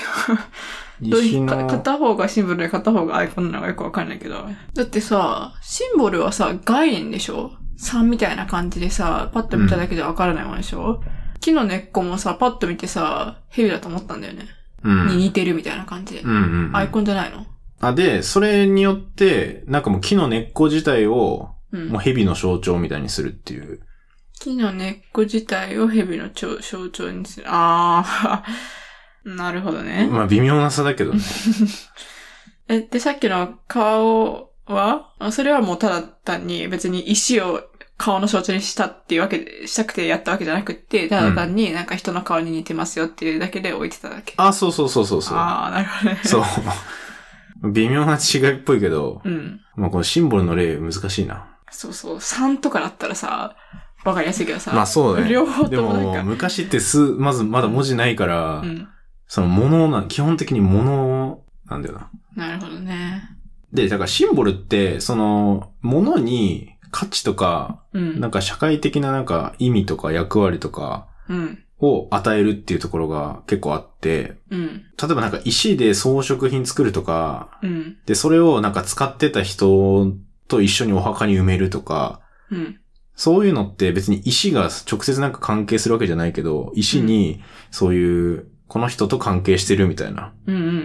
S1: ど。どうい
S2: 石
S1: う
S2: の、
S1: 片方がシンボルで片方がアイコンなのがよくわかんないけど。だってさ、シンボルはさ、概念でしょ ?3 みたいな感じでさ、パッと見ただけじゃわからないもんでしょ、木の根っこもさ、パッと見てさ、蛇だと思ったんだよね。
S2: うん。う
S1: に
S2: ん
S1: 似てるみたいな感じで。
S2: うん。
S1: アイコンじゃないの
S2: あ、で、それによって、なんかもう木の根っこ自体を、
S1: うん
S2: もう。蛇の象徴みたいにするっていう。
S1: 木の根っこ自体を蛇の象象徴にする。あー。 [LAUGHS] なるほどね。
S2: まあ微妙な差だけどね。
S1: え、で、さっきの顔はあそれはもうただ単に別に石を顔の象徴にしたっていうわけで、したくてやったわけじゃなくって、ただ単になんか人の顔に似てますよっていうだけで置いてただけ。
S2: あ、そうそうそうそうそう。
S1: ああ、なるほどね。
S2: そう。微妙な違いっぽいけど、
S1: うん。
S2: まあこのシンボルの例難しいな。
S1: そうそう。3とかだったらさ、わかりやすいけどさ。
S2: まあそうだね。
S1: 両方
S2: で
S1: ともなん
S2: も、
S1: か。
S2: 昔ってす、まず、まだ文字ないから、
S1: うん。
S2: その、物な、基本的に物なんだよな。
S1: なるほどね。
S2: で、だからシンボルって、その、物に価値とか、
S1: うん。
S2: なんか社会的ななんか意味とか役割とか
S1: うん。
S2: を与えるっていうところが結構あって、
S1: うん。
S2: 例えばなんか石で装飾品作るとか、
S1: うん。
S2: で、それをなんか使ってた人と一緒にお墓に埋めるとか、
S1: うん。
S2: そういうのって別に石が直接なんか関係するわけじゃないけど、石にそういう、この人と関係してるみたいな、
S1: うん。うん。うん。う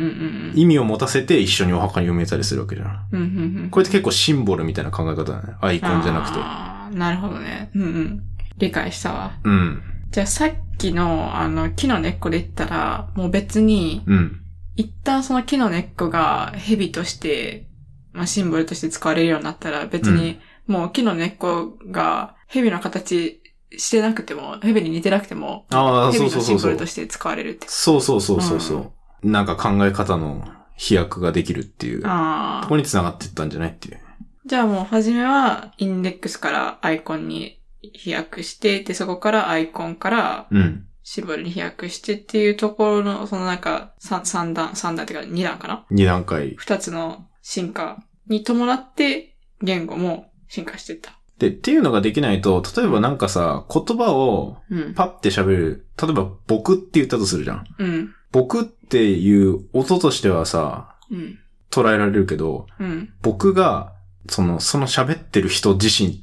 S1: ん。
S2: 意味を持たせて一緒にお墓に埋めたりするわけじゃん。
S1: うん。うん。うん
S2: これって結構シンボルみたいな考え方だね。アイコンじゃなくて。
S1: あーなるほどね。うんうん。理解したわ。
S2: うん。
S1: じゃあさっきの、あの、木の根っこで言ったら、もう別に、
S2: うん。
S1: 一旦その木の根っこが蛇として、まあ、シンボルとして使われるようになったら、別に、もう木の根っこが蛇の形してなくても、蛇に似てなくても、
S2: ああ、そう
S1: 蛇の
S2: そう
S1: シ
S2: そう
S1: ンボ
S2: そ
S1: ル
S2: う
S1: と。して使われるって。
S2: そうそうそうそうそう、なんか考え方の飛躍ができるっていう。こ
S1: あ
S2: こ
S1: あ。
S2: に繋がっていったんじゃないっていう。
S1: じゃあもう初めは、インデックスからアイコンに飛躍して、で、そこからアイコンから
S2: うん。
S1: シンボルに飛躍してっていうところの、そのなんか、三三段、三段っていうか二段かな
S2: 二段階。
S1: 二つの進化に伴って、言語も進化していった。
S2: で、っていうのができないと、例えばなんかさ、言葉を
S1: うん。
S2: パッて喋る。例えば、僕って言ったとするじゃん。
S1: うん。
S2: 僕っていう音としてはさ、
S1: うん。
S2: 捉えられるけど、
S1: うん。
S2: 僕が、その、その喋ってる人自身っ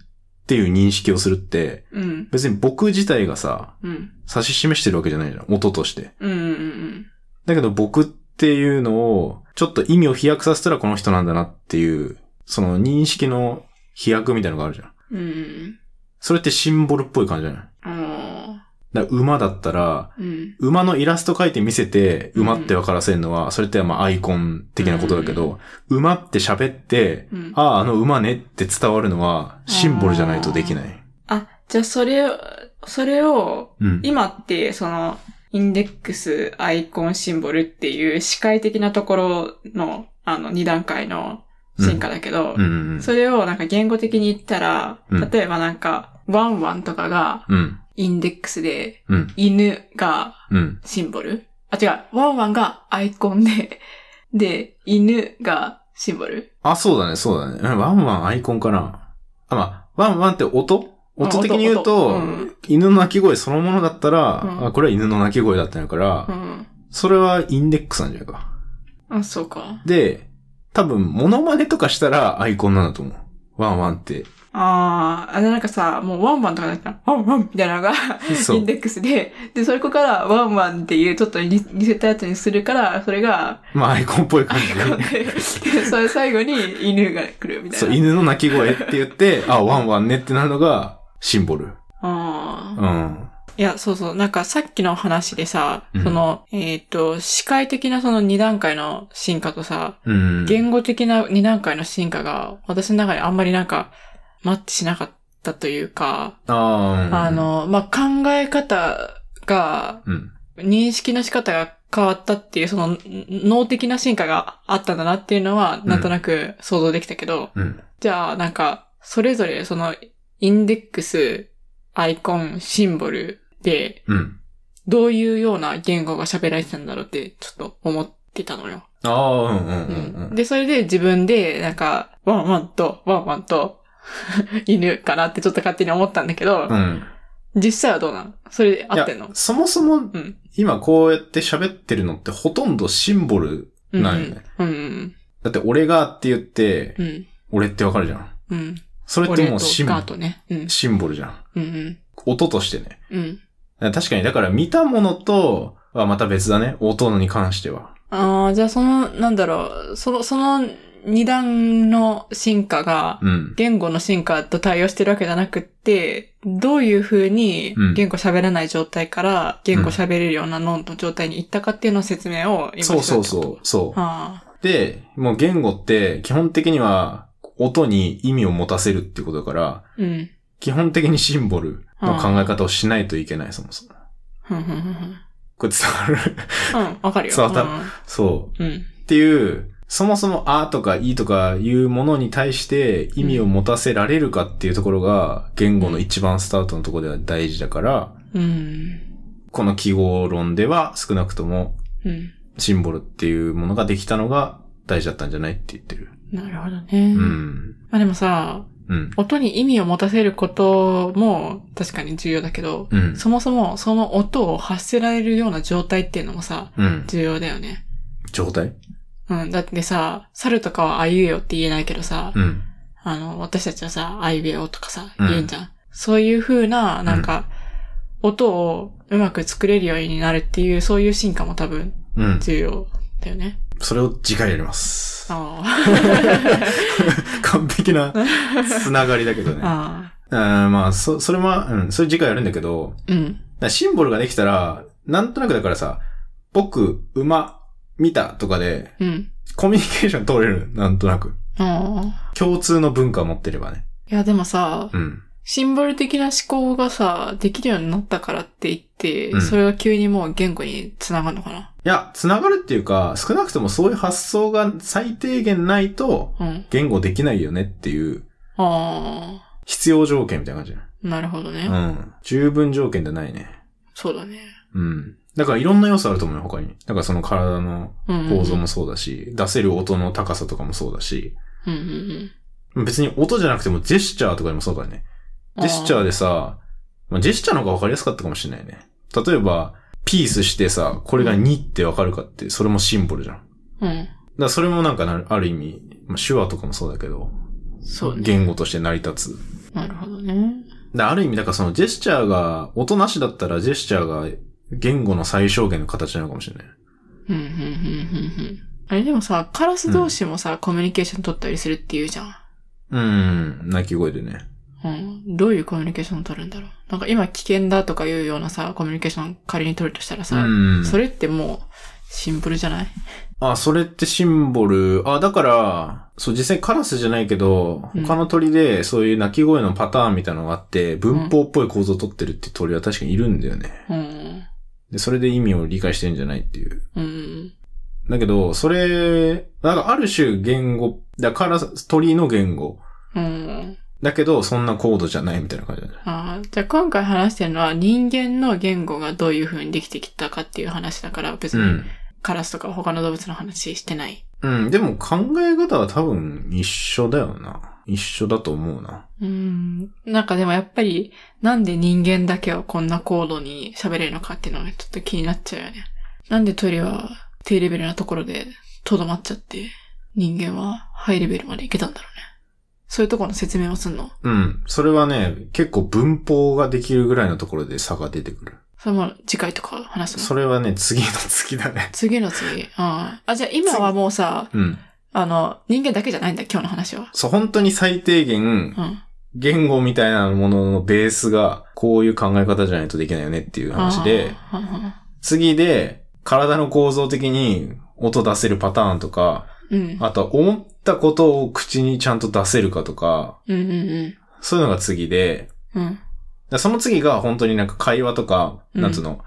S2: ていう認識をするって、
S1: うん。
S2: 別に僕自体がさ、
S1: うん。
S2: 指し示してるわけじゃないじゃん。音として。
S1: うん。うん。
S2: だけど僕っていうのを、ちょっと意味を飛躍させたらこの人なんだなっていう、その認識の飛躍みたいなのがあるじゃん。
S1: うん。うん。
S2: それってシンボルっぽい感じじゃない
S1: あ
S2: だから馬だったら、
S1: ーうん。
S2: 馬のイラスト描いて見せて、
S1: うん
S2: 馬って分からせるのは、それってまあアイコン的なことだけど、馬って喋って、
S1: うん。
S2: ああ、あの馬ねって伝わるのは、シンボルじゃないとできない。
S1: あ、じゃあそれを、それを、
S2: うん。
S1: 今って、その、インデックス、アイコン、シンボルっていう視界的なところの、あの、二段階の進化だけど、
S2: うんうん
S1: それをなんか言語的に言ったら、
S2: うん
S1: 例えばなんか、ワンワンとかが
S2: うん。うん。
S1: インデックスで、
S2: うん。
S1: 犬が
S2: うん。
S1: シンボルあ、違う、ワンワンがアイコンで、 [LAUGHS] で、犬がシンボル
S2: あ、そうだね、そうだね。うんワンワンアイコンかな。あ、まあ、ワンワンって音音的に言うと、
S1: 音うん
S2: 犬の鳴き声そのものだったら、
S1: うん
S2: あこれは犬の鳴き声だったんやから、
S1: うん。
S2: それはインデックスなんじゃないか。
S1: あ、そうか。
S2: で、多分、モノマネとかしたらアイコンなんだと思う。ワンワンって。
S1: あーあ、でなんかさ、もうワンワンとかだったら、ワンワンみたいなのが、
S2: そ
S1: イン
S2: う。
S1: デックスで、で、そこからワンワンっていうちょっとに似せたやつにするから、そ
S2: [LAUGHS]
S1: れが、
S2: まあ、アイコンっぽい
S1: ア
S2: 感
S1: イ
S2: じ
S1: コン [LAUGHS]
S2: で。
S1: で、でそれ最後に犬が来るみたい
S2: そ
S1: な。
S2: う、犬の鳴き声って言って、あ、ワンワンねってなるのが、シンボル。
S1: あー
S2: うん。
S1: いや、そうそう。なんかさっきの話でさ、
S2: うん
S1: その、えっ、と、視界的なその二段階の進化とさ、
S2: うん。
S1: 言語的な二段階の進化が、私の中であんまりなんか、マッチしなかったというか、
S2: あー
S1: あ、の、まあ、考え方が、
S2: うん。
S1: 認識の仕方が変わったっていう、その、ん脳的な進化があったんだなっていうのは、なんとなく想像できたけど、
S2: うん。
S1: じゃあ、なんか、それぞれ、その、インデックス、アイコン、シンボルで、
S2: うん。
S1: どういうような言語が喋られてたんだろうって、ちょっと思ってたのよ。
S2: ああ、うんうん
S1: う
S2: うんうん
S1: ん。。で、それで自分で、なんか、ワンワンと、ワンワンと、 [LAUGHS] 犬かなってちょっと勝手に思ったんだけど、
S2: うん。
S1: 実際はどうなのそれで合ってんの
S2: いやそもそも
S1: うん、
S2: 今こうやって喋ってるのってほとんどシンボル。
S1: うん
S2: ないよね。
S1: うん。
S2: だって俺がって言って、
S1: うん。
S2: 俺ってわかるじゃん。
S1: うん。
S2: それっ
S1: 俺
S2: て
S1: と
S2: もうシン
S1: ガートね。うん。
S2: シンボルじゃん。
S1: うん。
S2: 音としてね。
S1: うん。
S2: 確かに、だから見たものとはまた別だね。音に関しては。
S1: ああ、じゃあその、なんだろう、その、その二段の進化が、
S2: うん。
S1: 言語の進化と対応してるわけじゃなくって、どういう風に
S2: うん
S1: 言語喋らない状態から言語喋れるような脳の状態に行ったかっていうのを説明を今
S2: そうそう
S1: う。
S2: そう。そう。
S1: ああ、
S2: で、もう言語って基本的には音に意味を持たせるっていうことだから、
S1: うん。
S2: 基本的にシンボルの考え方をしないといけない、そもそも。
S1: ふんふんふんふん
S2: これ伝わる [LAUGHS]
S1: うん、わかるよ。
S2: そうわかるそう。
S1: うん。う
S2: っ
S1: ん。
S2: ていう、そもそもあとかいとかいうものに対して意味を持たせられるかっていうところが言語の一番スタートのところでは大事だから、
S1: うん。
S2: この記号論では少なくとも
S1: うん。
S2: シンボルっていうものができたのが大事だったんじゃないって言ってる。
S1: なるほどね。
S2: うん。
S1: まあでもさ、
S2: うん。
S1: 音に意味を持たせることも確かに重要だけど、
S2: うん。
S1: そもそもその音を発せられるような状態っていうのもさ、
S2: うん。
S1: 重要だよね。
S2: 状態
S1: うん、だってさ、猿とかはあいうえおって言えないけどさ、
S2: うん。
S1: あの、私たちはさ、あいうえおとかさ、
S2: うん
S1: 言えんじゃん。そういう風な、なんか、音をうまく作れるようになるっていう、そういう進化も多分
S2: うん。
S1: 重要だよね。
S2: それを次回やります。
S1: ああ。
S2: 完璧なつながりだけどね。
S1: ああ。
S2: うん、まあ、そ、それは、うん、それ次回やるんだけど、
S1: うん。
S2: だからシンボルができたら、なんとなくだからさ、僕、馬、見たとかで、
S1: うん。
S2: コミュニケーション取れる。なんとなく。
S1: ああ。
S2: 共通の文化を持ってればね。
S1: いや、でもさ、
S2: うん。
S1: シンボル的な思考がさ、できるようになったからって言って、
S2: うん
S1: それが急にもう言語につながるのかない
S2: や、つながるっていうか、少なくともそういう発想が最低限ないと、
S1: うん。
S2: 言語できないよねっていう、
S1: ああ。
S2: 必要条件みたいな感じ。
S1: なるほどね。
S2: うん。十分条件じゃないね。
S1: そうだね。
S2: ううん。だからいろんな要素あると思うよ、他に。だからその体の
S1: うん
S2: 構造もそうだし、出せる音の高さとかもそうだし、
S1: うんうんうん。
S2: 別に音じゃなくてもジェスチャーとかでもそうだよね。ジェスチャーでさ、まあ、ジェスチャーの方が分かりやすかったかもしれないね。例えば、ピースしてさ、これが2って分かるかって、それもシンボルじゃん。だか
S1: うん。
S2: らそれもなんかなある意味、まあ、手話とかもそうだけど、
S1: そうね。
S2: 言語として成り立つ。
S1: なるほどね。
S2: だからある意味、だからそのジェスチャーが、音なしだったらジェスチャーが言語の最小限の形なのかもしれない。
S1: うん、うん、うん、うん、うん。あれでもさ、カラス同士もさ、コミュニケーション取ったりするっていうじゃん。
S2: うん、鳴き声でね。
S1: うん。どういうコミュニケーション取るんだろう。なんか今危険だとかいうようなさ、コミュニケーション仮に取るとしたら
S2: う
S1: さ、
S2: ん。
S1: それってもう、シンプルじゃない
S2: あ、それってシンボル。あ、だから、そう、実際カラスじゃないけど、
S1: うん
S2: 他の鳥でそういう鳴き声のパターンみたいなのがあって、文法っぽい構造を取ってるって鳥は確かにいるんだよね。
S1: うん。
S2: で、それで意味を理解してんじゃないっていう。
S1: うん。
S2: だけど、それ、なんかある種言語、だからカラス、鳥の言語。
S1: うん。
S2: だけど、そんな高度じゃないみたいな感じだね。
S1: ああ、じゃあ今回話してるのは人間の言語がどういう風にできてきたかっていう話だから、別
S2: う
S1: に
S2: ん。
S1: カラスとか他の動物の話してない。
S2: うん、でも考え方は多分一緒だよな。一緒だと思うな。
S1: うん。なんかでもやっぱり、なんで人間だけはこんな高度に喋れるのかっていうのがちょっと気になっちゃうよね。なんでトイレは低レベルなところでとどまっちゃって、人間はハイレベルまでいけたんだろうね。そういうところの説明もすんの
S2: うん。それはね、結構文法ができるぐらいのところで差が出てくる。
S1: それも次回とか話す
S2: そ
S1: の
S2: れはね、次の次だね。
S1: 次の次。ああ。あ、じゃあ今はもうさ、
S2: うん。
S1: あの、人間だけじゃないんだ、今日の話は。
S2: そう、本当に最低限
S1: う、ん。
S2: 言語みたいなもののベースが、こういう考え方じゃないとできないよねっていう話で、
S1: ああ。
S2: 次で、体の構造的に音出せるパターンとか、
S1: うん。
S2: あとは思ったことを口にちゃんと出せるかとか、
S1: うんうんうん。
S2: そういうのが次で、
S1: うん。
S2: だからその次が本当になんか会話とか、
S1: うん
S2: なんつうの、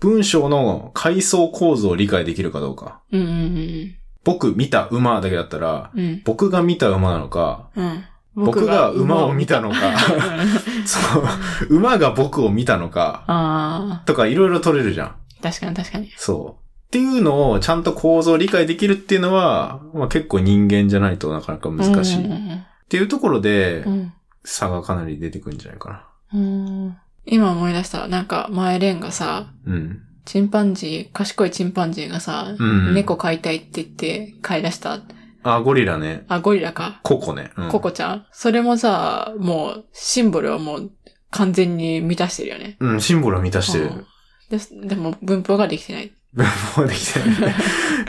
S2: 文章の階層構造を理解できるかどうか。
S1: うんうん
S2: 僕見た馬だけだったら、
S1: うん。うん。
S2: 僕が見た馬なのか、
S1: うん。
S2: 僕が馬を見たの
S1: うん
S2: か、 [LAUGHS] そう、馬が僕を見たのか、
S1: ああ、
S2: とかいろいろ取れるじゃん。
S1: 確かに確かに。
S2: そう。っていうのをちゃんと構造を理解できるっていうのは、まあ、結構人間じゃないとなかなか難しい。
S1: う
S2: っ
S1: ん
S2: ていうところで
S1: う、ん
S2: 差がかなり出てくるんじゃないか
S1: うんうん今思い出した。なんか前レンがさ、
S2: な。うん。
S1: チンパンジー、賢いチンパンジーがさ、
S2: うん
S1: 猫飼いたいって言って飼い出した。
S2: あ、ゴリラね。
S1: あ、ゴリラか。
S2: ココね。うん
S1: ココちゃん。それもさ、もう、シンボルはもう完全に満たしてるよね。
S2: うん、シンボルは満たしてる。
S1: うんででも文法ができてない。
S2: 文法はできてないね。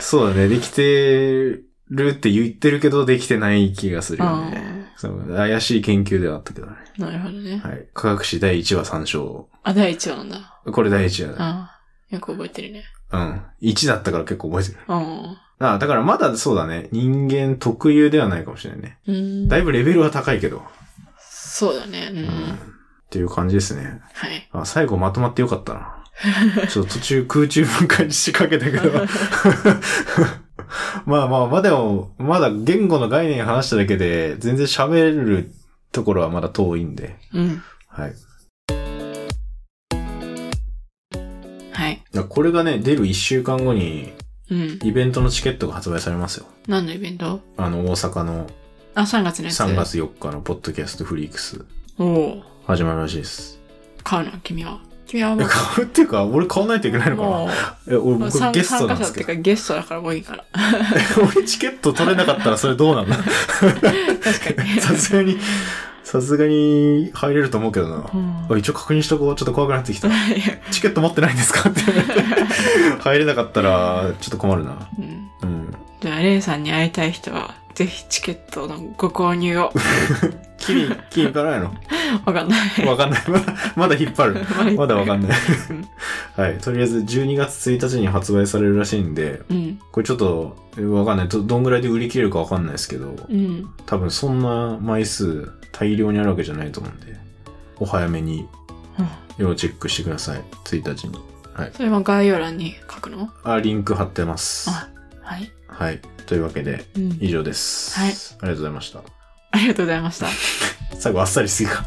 S2: [LAUGHS] そうだね。できてるって言ってるけど、できてない気がするよね。そう怪しい研究ではあったけどね。
S1: なるほどね。
S2: はい。科学史第1話参照。
S1: あ、第1話なんだ。
S2: これ第1話だ。
S1: ああよく覚えてるね。
S2: うん。1だったから結構覚えてる。
S1: うん
S2: あだからまだそうだね。人間特有ではないかもしれないね。
S1: うん。
S2: だいぶレベルは高いけど。
S1: そうだね。うん。
S2: うん。っていう感じですね。
S1: はい。
S2: あ、最後まとまってよかったな。ちょっと途中空中分解しかけたけど。まあまあ、まあでも、まだ言語の概念話しただけで、全然喋れるところはまだ遠いんで。
S1: うん。
S2: はい。
S1: はい。
S2: だからこれがね、出る1週間後に、
S1: うん。
S2: イベントのチケットが発売されますよ。
S1: 何のイベント
S2: あの、大阪の
S1: あ、3月のやつ。
S2: 3。月4日のポッドキャストフリークス、
S1: おお。
S2: 始まるらしいです。
S1: 買うの君は。君はも
S2: え、
S1: う。
S2: 買うっていうか、俺買わないといけないのかな
S1: も
S2: え、俺
S1: う、もう
S2: 僕
S1: 参
S2: ゲスト
S1: 参
S2: な
S1: 加
S2: んで
S1: 者っ
S2: す
S1: て
S2: け
S1: いう
S2: ど
S1: か。ゲストだからもういいから。
S2: [LAUGHS] 俺チケット取れなかったらそれどうなんだ
S1: 確か
S2: [LAUGHS]
S1: に。
S2: さすがに、さすがに入れると思うけどな
S1: う。ん。
S2: あ一応確認しとこう。ちょっと怖くなってきた。チケット持ってないんです [LAUGHS] かって。入れなかったら、ちょっと困るな。
S1: うん
S2: うん。
S1: じゃあ、レイさんに会いたい人は、ぜひチケットのご購入を。
S2: キリン、キリン行かないの
S1: わかんない。
S2: わかんない。 [LAUGHS] まだ、まだ引っ張る。まだわ [LAUGHS] かんない
S1: うん。
S2: はい。とりあえず12月1日に発売されるらしいんで、
S1: うん。
S2: これちょっと、えわかんない。ど、どんぐらいで売り切れるかわかんないですけど、
S1: うん。
S2: 多分そんな枚数大量にあるわけじゃないと思うんで、お早めに要チェックしてください。1日に。
S1: それも概要欄に書くの
S2: あ、リンク貼ってます。
S1: あはい。
S2: はい。というわけで、
S1: うん
S2: 以上です。
S1: は
S2: あ
S1: い
S2: りがとうございました。
S1: ありがとうございました。
S2: 最後あっさりすぎか。